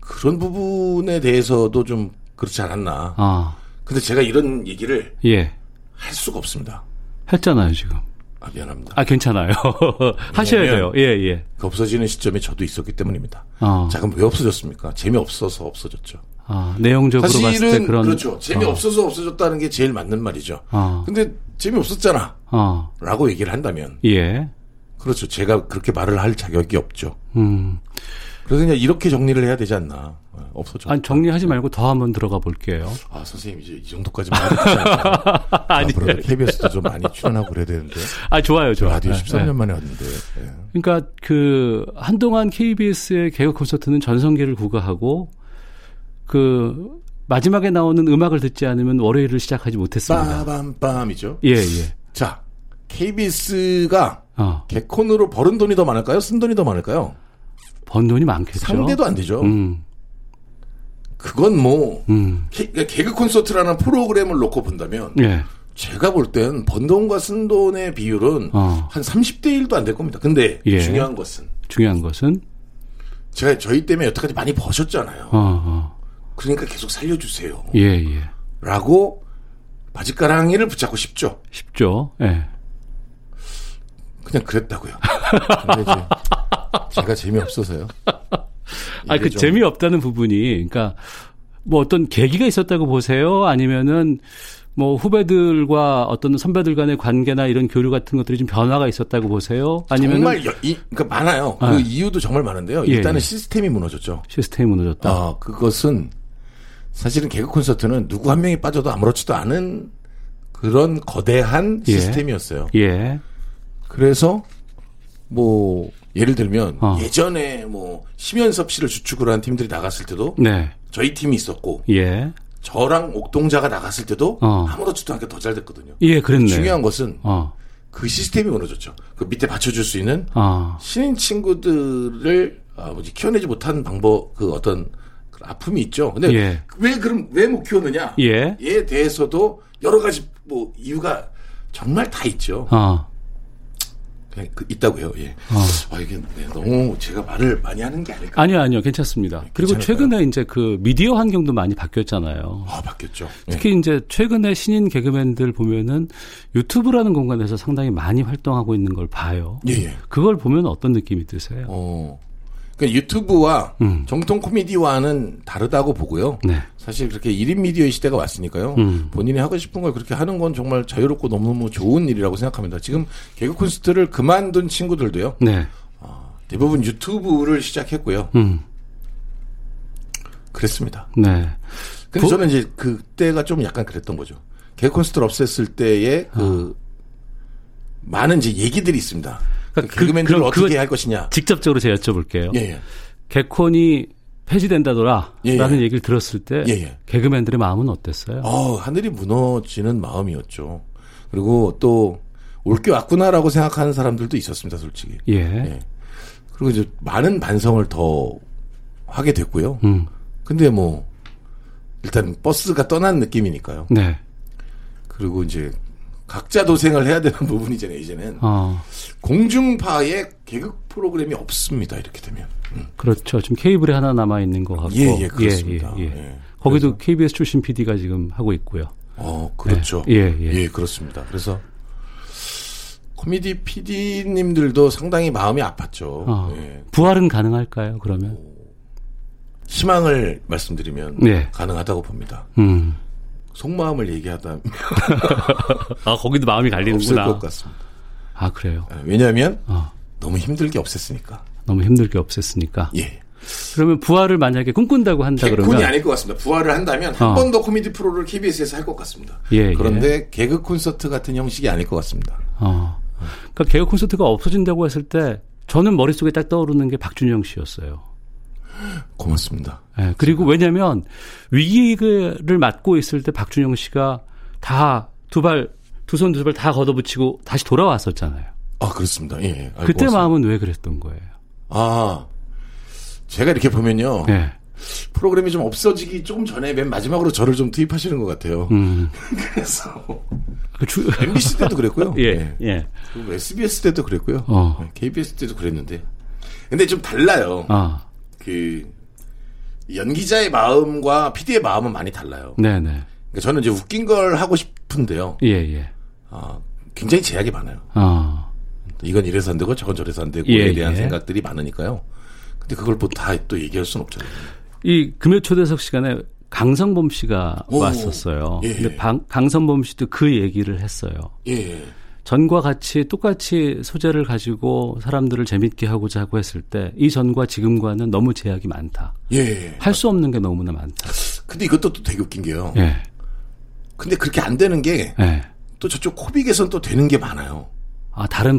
Speaker 11: 그런 부분에 대해서도 좀 그렇지 않았나.
Speaker 1: 아,
Speaker 11: 근데 제가 이런 얘기를
Speaker 1: 예.
Speaker 11: 할 수가 없습니다.
Speaker 1: 했잖아요, 지금.
Speaker 11: 아, 미안합니다.
Speaker 1: 아, 괜찮아요. *laughs* 하셔야 돼요. 예, 예.
Speaker 11: 그 없어지는 시점에 저도 있었기 때문입니다.
Speaker 1: 어.
Speaker 11: 자, 그럼 왜 없어졌습니까? 재미없어서 없어졌죠.
Speaker 1: 아, 내용적으로 봤을 때
Speaker 11: 사실은
Speaker 1: 그런
Speaker 11: 그렇죠. 재미없어서 없어졌다는 게 제일 맞는 말이죠.
Speaker 1: 어.
Speaker 11: 근데 재미없었잖아.
Speaker 1: 어. 어.
Speaker 11: 라고 얘기를 한다면.
Speaker 1: 예.
Speaker 11: 그렇죠. 제가 그렇게 말을 할 자격이 없죠.
Speaker 1: 음.
Speaker 11: 그래서 그냥 이렇게 정리를 해야 되지 않나. 어, 없어졌다.
Speaker 1: 아니, 정리하지 말고 더 한번 들어가 볼게요.
Speaker 11: 아, 선생님, 이제 이 정도까지 말해도 되지 않나.
Speaker 1: *laughs* 아니,
Speaker 11: 앞으로 KBS도 좀 많이 출연하고 그래야 되는데.
Speaker 1: 아, 좋아요, 좋아요.
Speaker 11: 라디오
Speaker 1: 네,
Speaker 11: 13년
Speaker 1: 네.
Speaker 11: 만에 왔는데. 예.
Speaker 1: 그러니까 그 한동안 KBS의 개그 콘서트는 전성기를 구가하고 그 마지막에 나오는 음악을 듣지 않으면 월요일을 시작하지 못했습니다.
Speaker 11: 빠밤빰이죠.
Speaker 1: 예, 예.
Speaker 11: 자, KBS가
Speaker 1: 어,
Speaker 11: 개콘으로 벌은 돈이 더 많을까요? 쓴 돈이 더 많을까요?
Speaker 1: 번 돈이 많겠죠.
Speaker 11: 상대도 안 되죠.
Speaker 1: 음,
Speaker 11: 그건 뭐
Speaker 1: 음,
Speaker 11: 개, 그 콘서트라는 프로그램을 놓고 본다면
Speaker 1: 예,
Speaker 11: 제가 볼 땐 번 돈과 쓴 돈의 비율은
Speaker 1: 어.
Speaker 11: 한 30대 1도 안 될 겁니다. 근데
Speaker 1: 예.
Speaker 11: 중요한 것은
Speaker 1: 중요한 것은
Speaker 11: 제가 저희 때문에 여태까지 많이 버셨잖아요.
Speaker 1: 어, 어,
Speaker 11: 그러니까 계속 살려주세요.
Speaker 1: 예, 예,
Speaker 11: 라고 바짓가랑이를 붙잡고 싶죠.
Speaker 1: 쉽죠. 예,
Speaker 11: 그냥 그랬다고요. 근데 이제
Speaker 1: *laughs*
Speaker 11: 제가 재미없어서요.
Speaker 1: 아,
Speaker 11: 이게
Speaker 1: 그
Speaker 11: 좀-
Speaker 1: 재미 없다는 부분이, 그러니까 뭐 어떤 계기가 있었다고 보세요? 아니면은 뭐 후배들과 어떤 선배들 간의 관계나 이런 교류 같은 것들이 좀 변화가 있었다고 보세요? 아니면
Speaker 11: 정말 여- 이, 그러니까 많아요.
Speaker 1: 아.
Speaker 11: 그 이유도 정말 많은데요.
Speaker 1: 예,
Speaker 11: 일단은
Speaker 1: 예.
Speaker 11: 시스템이 무너졌죠.
Speaker 1: 시스템이 무너졌다.
Speaker 11: 아, 그것은 사실은 개그 콘서트는 누구 한 명이 빠져도 아무렇지도 않은 그런 거대한
Speaker 1: 예.
Speaker 11: 시스템이었어요.
Speaker 1: 예.
Speaker 11: 그래서 뭐 예를 들면
Speaker 1: 어.
Speaker 11: 예전에 뭐 심연섭 씨를 주축으로 한 팀들이 나갔을 때도
Speaker 1: 네.
Speaker 11: 저희 팀이 있었고
Speaker 1: 예.
Speaker 11: 저랑 옥동자가 나갔을 때도
Speaker 1: 어.
Speaker 11: 아무렇지도 않게 더 잘 됐거든요.
Speaker 1: 예, 그랬네.
Speaker 11: 중요한 것은
Speaker 1: 어.
Speaker 11: 그 시스템이 무너졌죠. 그 밑에 받쳐줄 수 있는
Speaker 1: 아.
Speaker 11: 신인 친구들을 아, 뭐지 키워내지 못한 방법 그 어떤 그런 아픔이 있죠. 근데
Speaker 1: 예.
Speaker 11: 왜 그럼 왜 못 키워내냐?
Speaker 1: 예.
Speaker 11: 에 대해서도 여러 가지 뭐 이유가 정말 다 있죠.
Speaker 1: 아.
Speaker 11: 그냥 그 있다고요. 예.
Speaker 1: 어.
Speaker 11: 아 이게 네, 너무 제가 말을 많이 하는 게 아닐까?
Speaker 1: 아니요, 아니요. 괜찮습니다. 그리고
Speaker 11: 괜찮을까요?
Speaker 1: 최근에 이제 그 미디어 환경도 많이 바뀌었잖아요.
Speaker 11: 아 바뀌었죠. 예.
Speaker 1: 특히 이제 최근에 신인 개그맨들 보면은 유튜브라는 공간에서 상당히 많이 활동하고 있는 걸 봐요.
Speaker 11: 예, 예.
Speaker 1: 그걸 보면 어떤 느낌이 드세요?
Speaker 11: 어. 그러니까 유튜브와
Speaker 1: 음.
Speaker 11: 정통 코미디와는 다르다고 보고요.
Speaker 1: 네.
Speaker 11: 사실 그렇게 일인 미디어의 시대가 왔으니까요.
Speaker 1: 음.
Speaker 11: 본인이 하고 싶은 걸 그렇게 하는 건 정말 자유롭고 너무너무 좋은 일이라고 생각합니다. 지금 개그 콘서트를 그만둔 친구들도요.
Speaker 1: 네.
Speaker 11: 대부분 유튜브를 시작했고요.
Speaker 1: 음.
Speaker 11: 그랬습니다.
Speaker 1: 네.
Speaker 11: 근데
Speaker 1: 그-
Speaker 11: 저는 이제 그때가 좀 약간 그랬던 거죠. 개그 콘서트를 없앴을 때의 그 많은 이제 얘기들이 있습니다. 그
Speaker 1: 아. 그러니까 그-
Speaker 11: 개그맨들을
Speaker 1: 그럼
Speaker 11: 어떻게
Speaker 1: 그거-
Speaker 11: 할 것이냐.
Speaker 1: 직접적으로 제가 여쭤볼게요.
Speaker 11: 예, 예.
Speaker 1: 개콘이 폐지된다더라
Speaker 11: 예, 예.
Speaker 1: 라는 얘기를 들었을 때
Speaker 11: 예, 예.
Speaker 1: 개그맨들의 마음은 어땠어요?
Speaker 11: 어, 하늘이 무너지는 마음이었죠. 그리고 또 올게 왔구나라고 생각하는 사람들도 있었습니다, 솔직히.
Speaker 1: 예.
Speaker 11: 예. 그리고 이제 많은 반성을 더 하게 됐고요.
Speaker 1: 음.
Speaker 11: 근데 뭐 일단 버스가 떠난 느낌이니까요.
Speaker 1: 네.
Speaker 11: 그리고 이제 각자 도생을 해야 되는 *laughs* 부분이잖아요, 이제는.
Speaker 1: 어.
Speaker 11: 공중파의 개그 프로그램이 없습니다, 이렇게 되면.
Speaker 1: 그렇죠. 지금 케이블에 하나 남아 뭐, 있는 거 같고.
Speaker 11: 예, 예, 그렇습니다. 예.
Speaker 1: 거기도 KBS 출신 PD가 지금 하고 있고요.
Speaker 11: 어, 그렇죠.
Speaker 1: 예, 예, 예.
Speaker 11: 그렇습니다. 그래서 코미디 PD님들도 상당히 마음이 아팠죠.
Speaker 1: 어.
Speaker 11: 예.
Speaker 1: 부활은 가능할까요? 그러면?
Speaker 11: 희망을 말씀드리면
Speaker 1: 네.
Speaker 11: 가능하다고 봅니다.
Speaker 1: 음.
Speaker 11: 속마음을 얘기하다
Speaker 1: 아 거기도 마음이
Speaker 11: 없을
Speaker 1: 갈리는구나.
Speaker 11: 것 같습니다.
Speaker 1: 아 그래요.
Speaker 11: 아, 왜냐하면
Speaker 1: 어.
Speaker 11: 너무 힘들게 없앴으니까.
Speaker 1: 너무 힘들게 없앴으니까.
Speaker 11: 예.
Speaker 1: 그러면 부활을 만약에 꿈꾼다고 한다
Speaker 11: 개콘이
Speaker 1: 그러면
Speaker 11: 아닐 것 같습니다. 부활을 한다면 한
Speaker 1: 어.
Speaker 11: 번 더 코미디 프로를 KBS에서 할 것 같습니다.
Speaker 1: 예, 예.
Speaker 11: 그런데 개그 콘서트 같은 형식이 아닐 것 같습니다.
Speaker 1: 어. 그러니까 개그 콘서트가 없어진다고 했을 때 저는 머릿속에 딱 떠오르는 게 박준영 씨였어요.
Speaker 11: 고맙습니다.
Speaker 1: 예, 그리고 왜냐면 위기를 맞고 있을 때 박준영 씨가 다 두 발, 두 손 두 발 다 걷어붙이고 다시 돌아왔었잖아요.
Speaker 11: 아 그렇습니다. 예, 예. 아이고,
Speaker 1: 그때
Speaker 11: 고맙습니다.
Speaker 1: 마음은 왜 그랬던 거예요?
Speaker 11: 아 제가 이렇게 보면요
Speaker 1: 예.
Speaker 11: 프로그램이 좀 없어지기 조금 전에 맨 마지막으로 저를 좀 투입하시는 것 같아요.
Speaker 1: 음.
Speaker 11: 그래서 아,
Speaker 1: 그 *laughs* 주-
Speaker 11: MBC 때도 그랬고요.
Speaker 1: *laughs* 예, 예.
Speaker 11: 그리고 SBS 때도 그랬고요.
Speaker 1: 어.
Speaker 11: 네, KBS 때도 그랬는데 근데 좀 달라요.
Speaker 1: 아,
Speaker 11: 그 연기자의 마음과 PD의 마음은 많이 달라요.
Speaker 1: 네네.
Speaker 11: 그러니까 저는 이제 웃긴 걸 하고 싶은데요.
Speaker 1: 예, 예.
Speaker 11: 아, 굉장히 제약이 많아요.
Speaker 1: 아,
Speaker 11: 이건 이래서 안 되고 저건 저래서 안 되고에
Speaker 1: 예,
Speaker 11: 대한
Speaker 1: 예.
Speaker 11: 생각들이 많으니까요. 근데 그걸 뭐 다 또 얘기할 수는 없잖아요.
Speaker 1: 이 금요 초대석 시간에 강성범 씨가
Speaker 11: 오,
Speaker 1: 왔었어요.
Speaker 11: 예.
Speaker 1: 근데 방- 강성범 씨도 그 얘기를 했어요.
Speaker 11: 예.
Speaker 1: 전과 같이 똑같이 소재를 가지고 사람들을 재밌게 하고자 하고 했을 때 이 전과 지금과는 너무 제약이 많다.
Speaker 11: 예.
Speaker 1: 할 수 없는 게 너무나 많다.
Speaker 11: 근데 이것도 또 되게 웃긴 게요.
Speaker 1: 예.
Speaker 11: 근데 그렇게 안 되는 게 또
Speaker 1: 예.
Speaker 11: 저쪽 코빅에선 또 되는 게 많아요.
Speaker 1: 아, 다른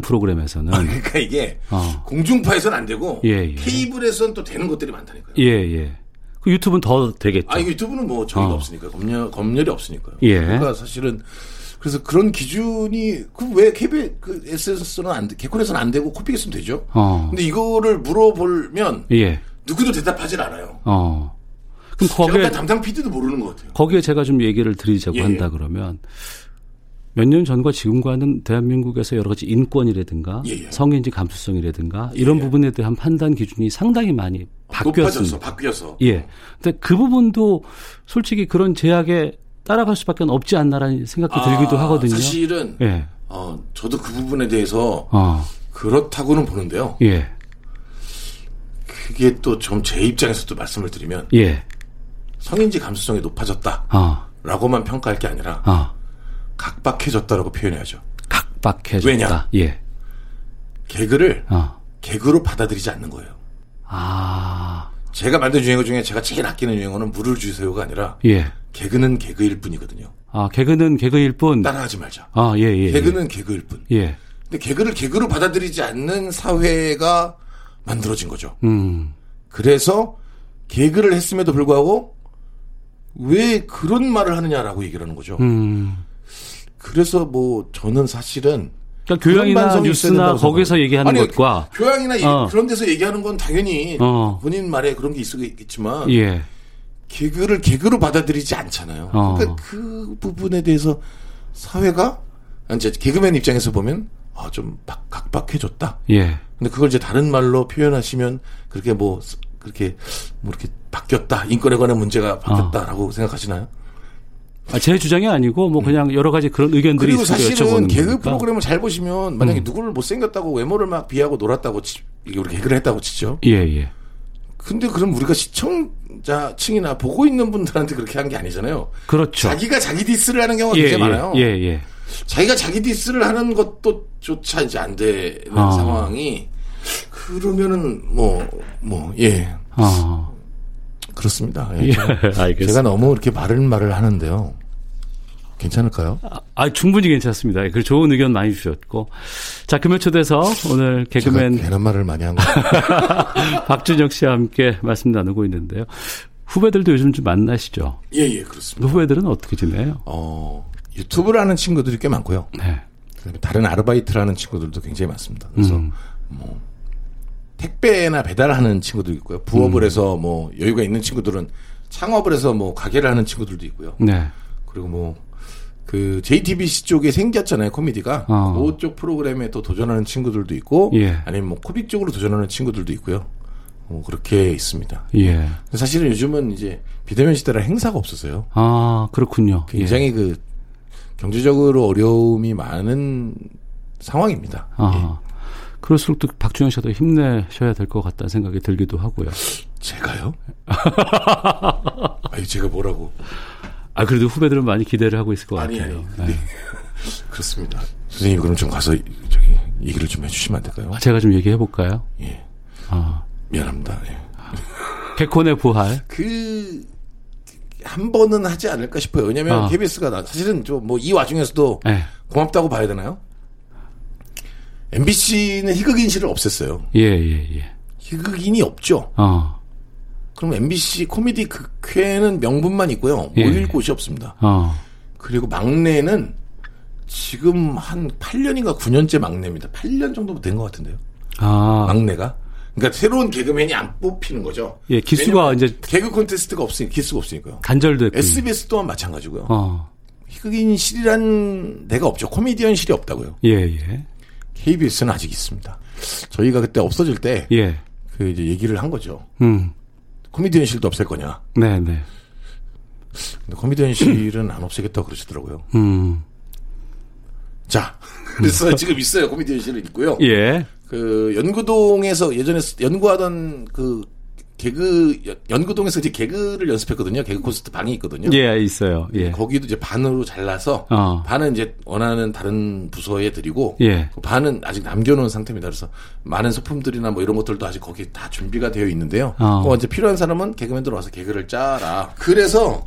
Speaker 11: *laughs*
Speaker 1: 프로그램에서는.
Speaker 11: 그러니까 이게
Speaker 1: 어.
Speaker 11: 공중파에선 안 되고
Speaker 1: 예, 예.
Speaker 11: 케이블에선 또 되는 것들이 많다니까요.
Speaker 1: 예, 예. 그 유튜브는 더 되겠죠.
Speaker 11: 아, 이거 유튜브는 뭐 저희가
Speaker 1: 어.
Speaker 11: 없으니까 검열 검열이 없으니까요.
Speaker 1: 예.
Speaker 11: 그러니까 사실은 그래서 그런 기준이 그 왜 케이블 그 SNS는 안 돼- 개콘에서는 안 되고 코빅에서는 되죠.
Speaker 1: 어.
Speaker 11: 근데 이거를 물어보면
Speaker 1: 예.
Speaker 11: 누구도 대답하질 않아요.
Speaker 1: 어. 그럼
Speaker 11: 제가
Speaker 1: 거기에
Speaker 11: 다 담당 PD도 모르는 것 같아요.
Speaker 1: 거기에 제가 좀 얘기를 드리자고
Speaker 11: 예.
Speaker 1: 한다 그러면 몇 년 전과 지금과는 대한민국에서 여러 가지 인권이라든가
Speaker 11: 예, 예.
Speaker 1: 성인지 감수성이라든가 이런 부분에 대한 판단 기준이 상당히 많이
Speaker 11: 높아져서
Speaker 1: 바뀌었습니다.
Speaker 11: 바뀌어서
Speaker 1: 예. 근데 그 부분도 솔직히 그런 제약에 따라갈 수밖에 없지 않나라는 생각도 들기도
Speaker 11: 아,
Speaker 1: 하거든요.
Speaker 11: 사실은
Speaker 1: 예.
Speaker 11: 어, 저도 그 부분에 대해서
Speaker 1: 어.
Speaker 11: 그렇다고는 보는데요.
Speaker 1: 예.
Speaker 11: 그게 또 좀 제 입장에서도 말씀을 드리면
Speaker 1: 예.
Speaker 11: 성인지 감수성이 높아졌다라고만
Speaker 1: 어.
Speaker 11: 평가할 게 아니라
Speaker 1: 어.
Speaker 11: 각박해졌다라고 표현해야죠.
Speaker 1: 각박해졌다.
Speaker 11: 왜냐?
Speaker 1: 예.
Speaker 11: 개그를
Speaker 1: 어.
Speaker 11: 개그로 받아들이지 않는 거예요.
Speaker 1: 아.
Speaker 11: 제가 만든 유행어 중에 제가 제일 아끼는 유행어는 물을 주세요가 아니라
Speaker 1: 예.
Speaker 11: 개그는 개그일 뿐이거든요.
Speaker 1: 아, 개그는 개그일 뿐.
Speaker 11: 따라하지 말자.
Speaker 1: 아, 예, 예. 예.
Speaker 11: 개그는 개그일 뿐.
Speaker 1: 예.
Speaker 11: 근데 개그를 개그로 받아들이지 않는 사회가 만들어진 거죠.
Speaker 1: 음.
Speaker 11: 그래서 개그를 했음에도 불구하고 왜 그런 말을 하느냐라고 얘기를 하는 거죠.
Speaker 1: 음.
Speaker 11: 그래서 뭐 저는 사실은
Speaker 1: 그러니까
Speaker 11: 그런
Speaker 1: 교양이나
Speaker 11: 반성이 있어야
Speaker 1: 뉴스나
Speaker 11: 된다고
Speaker 1: 거기서
Speaker 11: 생각해요.
Speaker 1: 얘기하는
Speaker 11: 아니,
Speaker 1: 것과
Speaker 11: 교양이나 이-
Speaker 1: 어.
Speaker 11: 그런 데서 얘기하는 건 당연히
Speaker 1: 어.
Speaker 11: 본인 말에 그런 게 있겠지만
Speaker 1: 예.
Speaker 11: 개그를 개그로 받아들이지 않잖아요.
Speaker 1: 어.
Speaker 11: 그러니까 그 부분에 대해서 사회가 이제 개그맨 입장에서 보면 아, 좀 박- 각박해졌다.
Speaker 1: 예.
Speaker 11: 근데 그걸 이제 다른 말로 표현하시면 그렇게 뭐 스- 그렇게 뭐 이렇게 바뀌었다 인권에 관한
Speaker 1: 어.
Speaker 11: 문제가 바뀌었다라고 생각하시나요?
Speaker 1: 아, 제 주장이 아니고 뭐 그냥 여러 가지 그런 의견들이
Speaker 11: 음. 그리고
Speaker 1: 있어서
Speaker 11: 사실은
Speaker 1: 여쭤보는
Speaker 11: 개그
Speaker 1: 거니까. 음.
Speaker 11: 프로그램을 잘 보시면 만약에 누구를 못생겼다고 외모를 막 비하고 놀았다고 치, 이게 우리 개그를 했다고 치죠.
Speaker 1: 예, 예.
Speaker 11: 근데 그럼 우리가 시청자층이나 보고 있는 분들한테 그렇게 한 게 아니잖아요.
Speaker 1: 그렇죠.
Speaker 11: 자기가 자기 디스를 하는 경우가
Speaker 1: 예,
Speaker 11: 굉장히
Speaker 1: 예,
Speaker 11: 어, 많아요.
Speaker 1: 예, 예.
Speaker 11: 자기가 자기 디스를 하는 것도 조차 이제 안 되는
Speaker 1: 아.
Speaker 11: 상황이 그러면은 뭐 뭐 예.
Speaker 1: 어.
Speaker 11: 그렇습니다. 예,
Speaker 1: 예,
Speaker 11: 제가,
Speaker 1: *laughs* 알겠습니다.
Speaker 11: 제가 너무 이렇게 마른 말을 하는데요. 괜찮을까요?
Speaker 1: 아, 충분히 괜찮습니다. 그 좋은 의견 많이 주셨고. 자, 금요초대서 오늘
Speaker 11: 제가 그-
Speaker 1: 개그맨
Speaker 11: 괜한 말을 많이 한
Speaker 1: *laughs*
Speaker 11: 거.
Speaker 1: 박준혁 씨와 함께 말씀 나누고 있는데요. 후배들도 요즘 좀 만나시죠?
Speaker 11: 예, 예, 그렇습니다.
Speaker 1: 후배들은 어떻게 지내요?
Speaker 11: 어, 유튜브를 하는 친구들이 꽤 많고요.
Speaker 1: 네.
Speaker 11: 그다음에 다른 아르바이트를 하는 친구들도 굉장히 많습니다. 그래서
Speaker 1: 음.
Speaker 11: 뭐 택배나 배달하는 친구도 있고요.
Speaker 1: 음.
Speaker 11: 부업을 해서 뭐 여유가 있는 친구들은 창업을 해서 뭐 가게를 하는 친구들도 있고요.
Speaker 1: 네.
Speaker 11: 그리고 뭐 그 JTBC 쪽에 생겼잖아요 코미디가
Speaker 1: 어.
Speaker 11: 그쪽 프로그램에 또 도전하는 친구들도 있고
Speaker 1: 예.
Speaker 11: 아니면 뭐 코빅 쪽으로 도전하는 친구들도 있고요 뭐 그렇게 있습니다.
Speaker 1: 예.
Speaker 11: 근데 사실은 요즘은 이제 비대면 시대라 행사가 없어서요.
Speaker 1: 아, 그렇군요.
Speaker 11: 굉장히
Speaker 1: 예.
Speaker 11: 그 경제적으로 어려움이 많은 상황입니다.
Speaker 1: 아.
Speaker 11: 예.
Speaker 1: 그럴수록 또 박주영 씨도 힘내셔야 될 것 같다는 생각이 들기도 하고요. *laughs*
Speaker 11: 제가요? 아니 제가 뭐라고?
Speaker 1: 아, 그래도 후배들은 많이 기대를 하고 있을 것
Speaker 11: 아니,
Speaker 1: 같아요. 네.
Speaker 11: 아니, 근데 *laughs* 그렇습니다. 선생님 그럼 좀 가서 저기 얘기를 좀 해주시면 안 될까요?
Speaker 1: 아, 제가 좀 얘기해 볼까요?
Speaker 11: 예.
Speaker 1: 아.
Speaker 11: 미안합니다. 예.
Speaker 1: 개콘의 부활.
Speaker 11: 그, 한 번은 하지 않을까 싶어요. 왜냐면,
Speaker 1: 아.
Speaker 11: KBS가 나, 사실은 좀 뭐 이 와중에서도
Speaker 1: 예.
Speaker 11: 고맙다고 봐야 되나요? MBC는 희극인실을 없앴어요.
Speaker 1: 예, 예, 예.
Speaker 11: 희극인이 없죠.
Speaker 1: 어.
Speaker 11: 그럼 MBC 코미디 극회는 명분만 있고요.
Speaker 1: 예.
Speaker 11: 모일 곳이 없습니다.
Speaker 1: 어.
Speaker 11: 그리고 막내는 지금 한 8년인가 9년째 막내입니다. 8년 정도 된 것 같은데요.
Speaker 1: 아.
Speaker 11: 막내가. 그러니까 새로운 개그맨이 안 뽑히는 거죠.
Speaker 1: 예, 기수가
Speaker 11: 왜냐면
Speaker 1: 이제 음.
Speaker 11: 개그 콘테스트가 없으니 기수가 없으니까요.
Speaker 1: 단절됐고.
Speaker 11: SBS 또한 마찬가지고요.
Speaker 1: 어.
Speaker 11: 희극인실이란 데가 없죠. 코미디언실이 없다고요.
Speaker 1: 예, 예.
Speaker 11: KBS는 아직 있습니다. 저희가 그때 없어질 때 그
Speaker 1: 예.
Speaker 11: 이제 얘기를 한 거죠.
Speaker 1: 음.
Speaker 11: 코미디언실도 없앨 거냐.
Speaker 1: 네, 네.
Speaker 11: 근데 코미디언실은 안 없애겠다고 그러시더라고요.
Speaker 1: 음.
Speaker 11: 자, 그래서 *laughs* 지금 있어요. 코미디언실은 있고요.
Speaker 1: 예.
Speaker 11: 그 연구동에서 예전에 스- 연구하던 그 개그 연- 연구동에서 이제 개그를 연습했거든요. 개그 콘서트 방이 있거든요.
Speaker 1: 예, 있어요. 예.
Speaker 11: 거기도 이제 반으로 잘라서
Speaker 1: 어.
Speaker 11: 반은 이제 원하는 다른 부서에 드리고
Speaker 1: 예.
Speaker 11: 그 반은 아직 남겨놓은 상태입니다. 그래서 많은 소품들이나 뭐 이런 것들도 아직 거기 에다 준비가 되어 있는데요.
Speaker 1: 어.
Speaker 11: 어. 이제 필요한 사람은 개그맨들 와서 개그를 짜라. 그래서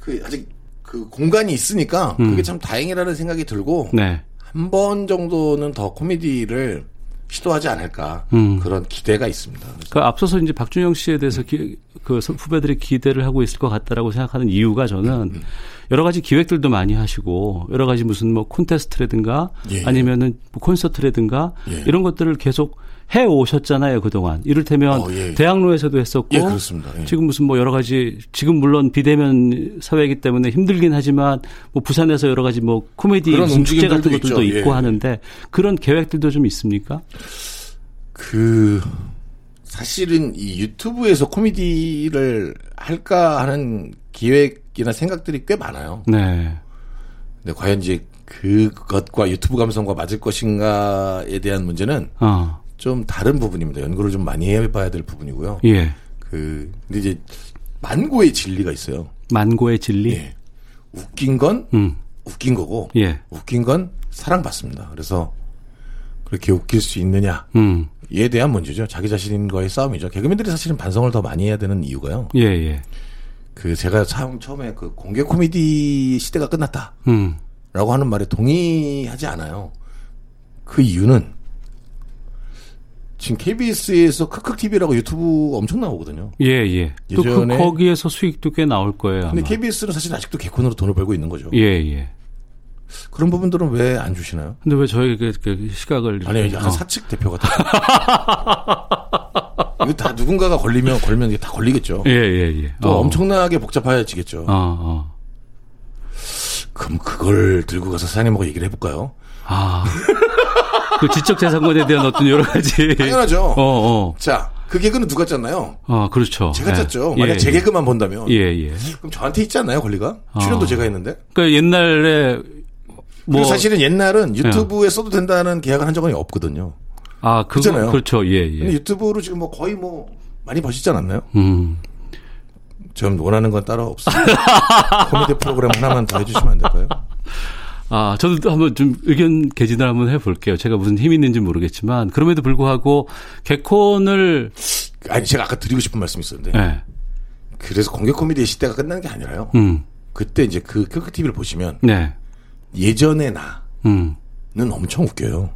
Speaker 11: 그 아직 그 공간이 있으니까 그게
Speaker 1: 음.
Speaker 11: 참 다행이라는 생각이 들고
Speaker 1: 네.
Speaker 11: 한 번 정도는 더 코미디를 시도하지 않을까
Speaker 1: 음.
Speaker 11: 그런 기대가 있습니다.
Speaker 1: 그 앞서서 이제 박준영 씨에 대해서 기, 그 선- 후배들이 기대를 하고 있을 것 같다라고 생각하는 이유가 저는 여러 가지 기획들도 많이 하시고 여러 가지 무슨 뭐 콘테스트라든가
Speaker 11: 예, 예.
Speaker 1: 아니면은 뭐 콘서트라든가
Speaker 11: 예.
Speaker 1: 이런 것들을 계속 해 오셨잖아요 그동안 이를테면
Speaker 11: 어, 예, 예.
Speaker 1: 대학로에서도 했었고
Speaker 11: 예, 그렇습니다. 예.
Speaker 1: 지금 무슨 뭐 여러 가지 지금 물론 비대면 사회이기 때문에 힘들긴 하지만 뭐 부산에서 여러 가지 뭐 코미디
Speaker 11: 그런
Speaker 1: 무슨 축제 같은
Speaker 11: 움직임들도
Speaker 1: 것들도
Speaker 11: 있죠.
Speaker 1: 있고
Speaker 11: 예.
Speaker 1: 하는데 그런 계획들도 좀 있습니까?
Speaker 11: 그 사실은 이 유튜브에서 코미디를 할까 하는 기획이나 생각들이 꽤 많아요.
Speaker 1: 네.
Speaker 11: 근데 과연 이제 그것과 유튜브 감성과 맞을 것인가에 대한 문제는
Speaker 1: 어.
Speaker 11: 좀 다른 부분입니다. 연구를 좀 많이 해봐야 될 부분이고요.
Speaker 1: 예.
Speaker 11: 그 근데 이제 만고의 진리가 있어요.
Speaker 1: 만고의 진리.
Speaker 11: 예. 웃긴 건
Speaker 1: 음.
Speaker 11: 웃긴 거고
Speaker 1: 예.
Speaker 11: 웃긴 건 사랑받습니다. 그래서 그렇게 웃길 수 있느냐
Speaker 1: 음.
Speaker 11: 이에 대한 문제죠. 자기 자신과의 싸움이죠. 개그맨들이 사실은 반성을 더 많이 해야 되는 이유가요.
Speaker 1: 예, 예.
Speaker 11: 그 제가 처음 처음에 그 공개 코미디 시대가 끝났다라고
Speaker 1: 음.
Speaker 11: 하는 말에 동의하지 않아요. 그 이유는 지금 KBS에서 크크 TV라고 유튜브 엄청 나오거든요.
Speaker 1: 예, 예. 또 그,
Speaker 11: 예전에-
Speaker 1: 거기에서 수익도 꽤 나올 거예요.
Speaker 11: 근데
Speaker 1: 아마.
Speaker 11: KBS는 사실 아직도 개콘으로 돈을 벌고 있는 거죠.
Speaker 1: 예, 예.
Speaker 11: 그런 부분들은 왜 안 주시나요?
Speaker 1: 근데 왜 저에게 그 시각을
Speaker 11: 아니
Speaker 1: 이렇게-
Speaker 11: 약간 사측 대표 같아. *laughs* 이거 다 누군가가 걸리면 걸면 이게 다 걸리겠죠.
Speaker 1: 예, 예, 예.
Speaker 11: 또 엄청나게 복잡해지겠죠.
Speaker 1: 어, 어.
Speaker 11: 그럼 그걸 들고 가서 사장님하고 얘기를 해볼까요?
Speaker 1: 아. *laughs* 그 지적 재산권에 대한 어떤 여러 가지
Speaker 11: 당연하죠.
Speaker 1: 어, 어.
Speaker 11: 자, 그 개그는 누가 짰나요?
Speaker 1: 아, 그렇죠.
Speaker 11: 제가
Speaker 1: 예.
Speaker 11: 짰죠. 만약
Speaker 1: 예,
Speaker 11: 제
Speaker 1: 예.
Speaker 11: 개그만 본다면.
Speaker 1: 예, 아. 예.
Speaker 11: 그럼 저한테 있지 않나요, 권리가? 출연도 제가 했는데.
Speaker 1: 그러니까 옛날에
Speaker 11: 그리고
Speaker 1: 뭐
Speaker 11: 사실은 옛날은 유튜브에 써도 된다는 계약을 한 적은 없거든요.
Speaker 1: 아, 그거
Speaker 11: 그렇잖아요.
Speaker 1: 그렇죠. 예, 예.
Speaker 11: 근데 유튜브로 지금 뭐 거의 뭐 많이 버시지 않았나요?
Speaker 1: 음.
Speaker 11: 전 원하는 건 따로
Speaker 1: *laughs*
Speaker 11: 없습니다. 코미디 프로그램 하나만 더 해주시면 안 될까요?
Speaker 1: 아, 저도 또 한번 좀 의견 개진을 한번 해볼게요. 제가 무슨 힘이 있는지 모르겠지만, 그럼에도 불구하고, 개콘을,
Speaker 11: 아니, 제가 아까 드리고 싶은 말씀이 있었는데.
Speaker 1: 예,
Speaker 11: 그래서 공개 코미디의 시대가 끝난 게 아니라요.
Speaker 1: 음,
Speaker 11: 그때 이제 그 크크TV를 보시면
Speaker 1: 네,
Speaker 11: 예전의 나는
Speaker 1: 음,
Speaker 11: 엄청 웃겨요.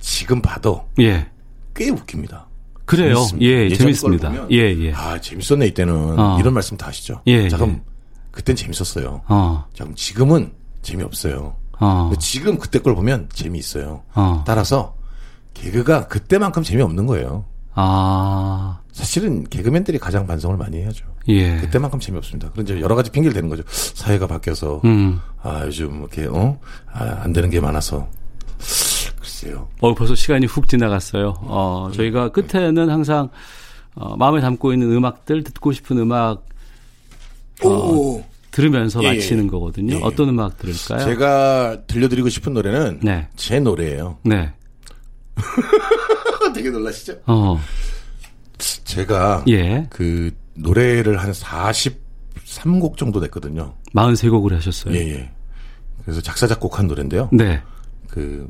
Speaker 11: 지금 봐도
Speaker 1: 예.
Speaker 11: 꽤 웃깁니다.
Speaker 1: 그래요.
Speaker 11: 재밌습니다.
Speaker 1: 예,
Speaker 11: 예전
Speaker 1: 재밌습니다.
Speaker 11: 걸 보면
Speaker 1: 예, 예.
Speaker 11: 아, 재밌었네, 이때는.
Speaker 1: 어.
Speaker 11: 이런 말씀 다 하시죠.
Speaker 1: 예,
Speaker 11: 자, 그럼,
Speaker 1: 예.
Speaker 11: 그땐 재밌었어요.
Speaker 1: 어,
Speaker 11: 자, 그럼 지금은 재미없어요.
Speaker 1: 어,
Speaker 11: 근데 지금 그때 걸 보면 재미있어요.
Speaker 1: 어.
Speaker 11: 따라서, 개그가 그때만큼 재미없는 거예요.
Speaker 1: 아,
Speaker 11: 사실은 개그맨들이 가장 반성을 많이 해야죠.
Speaker 1: 예.
Speaker 11: 그때만큼 재미없습니다. 그런 이제 여러 가지 핑계를 대는 거죠. 사회가 바뀌어서,
Speaker 1: 음.
Speaker 11: 아, 요즘 이렇게, 어? 아, 안 되는 게 많아서. 글쎄요.
Speaker 1: 어, 벌써 시간이 훅 지나갔어요. 어, 저희가 끝에는 항상 어, 마음에 담고 있는 음악들 듣고 싶은 음악 어,
Speaker 11: 오.
Speaker 1: 들으면서
Speaker 11: 예, 예.
Speaker 1: 마치는 거거든요.
Speaker 11: 예.
Speaker 1: 어떤 음악 들을까요?
Speaker 11: 제가 들려드리고 싶은 노래는
Speaker 1: 네.
Speaker 11: 제 노래예요.
Speaker 1: 네.
Speaker 11: *laughs* 되게 놀라시죠?
Speaker 1: 어.
Speaker 11: 제가
Speaker 1: 예.
Speaker 11: 그 노래를 한 43곡 정도 냈거든요.
Speaker 1: 43곡을 하셨어요.
Speaker 11: 예, 예. 그래서 작사 작곡한 노래인데요.
Speaker 1: 네.
Speaker 11: 그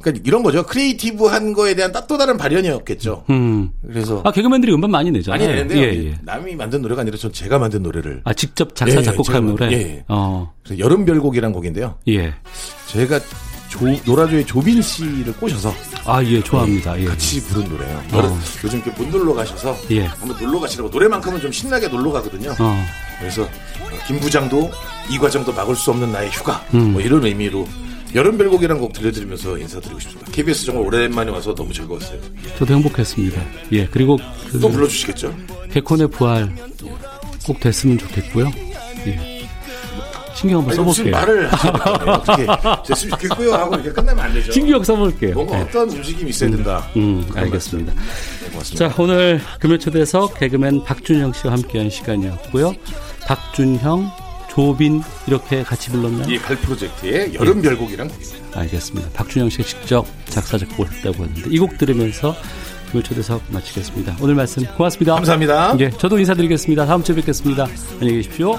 Speaker 11: 그러니까 이런 거죠. 크리에이티브한 거에 대한 또 다른 발현이었겠죠.
Speaker 1: 음.
Speaker 11: 그래서
Speaker 1: 아, 개그맨들이 음반 많이
Speaker 11: 많이
Speaker 1: 내잖아요.
Speaker 11: 내는데
Speaker 1: 예, 예.
Speaker 11: 남이 만든 노래가 아니라 전 제가 만든 노래를
Speaker 1: 아, 직접
Speaker 11: 예,
Speaker 1: 작사
Speaker 11: 제가
Speaker 1: 작곡한
Speaker 11: 만든-
Speaker 1: 노래.
Speaker 11: 예, 예.
Speaker 1: 어.
Speaker 11: 그래서 여름별곡이란 곡인데요.
Speaker 1: 예.
Speaker 11: 제가 조, 노라조의 조빈 씨를 꼬셔서
Speaker 1: 아, 예, 좋아합니다. 예.
Speaker 11: 같이 부른 노래예요. 여름- 요즘 이렇게 못 놀러 가셔서
Speaker 1: 어. 예.
Speaker 11: 한번 놀러 가시라고 노래만큼은 좀 신나게 놀러 가거든요.
Speaker 1: 어.
Speaker 11: 그래서 어, 김 부장도 이 과정도 막을 수 없는 나의 휴가
Speaker 1: 음.
Speaker 11: 뭐 이런 의미로 여름별곡이라는 곡 들려드리면서 인사드리고 싶습니다. KBS 정말 오랜만에 와서 너무 즐거웠어요.
Speaker 1: 저도 행복했습니다. 예. 그리고 그
Speaker 11: 또 불러주시겠죠?
Speaker 1: 개콘의 부활 꼭 됐으면 좋겠고요. 예. 신경 한번
Speaker 11: 아니, 무슨
Speaker 1: 써볼게요.
Speaker 11: 말을 하시는 어떻게 됐으면 좋겠고요 하고 이렇게 끝내면 안 되죠.
Speaker 1: 신경 써볼게요.
Speaker 11: 뭔가
Speaker 1: 예.
Speaker 11: 어떤 움직임이 있어야 된다.
Speaker 1: 음, 알겠습니다.
Speaker 11: 고맙습니다.
Speaker 1: 자, 오늘 금요초대석 개그맨 박준형 씨와 함께한 시간이었고요. 박준형, 조빈 이렇게 같이 불렀나요?
Speaker 11: 이 갈 프로젝트의
Speaker 1: 예.
Speaker 11: 여름별곡이란 곡입니다.
Speaker 1: 알겠습니다. 박준영 씨가 직접 작사 작곡을 했다고 하는데 이 곡 들으면서 금요초대석 마치겠습니다. 오늘 말씀 고맙습니다.
Speaker 11: 감사합니다.
Speaker 1: 예, 저도 인사드리겠습니다. 다음 주에 뵙겠습니다. 안녕히 계십시오.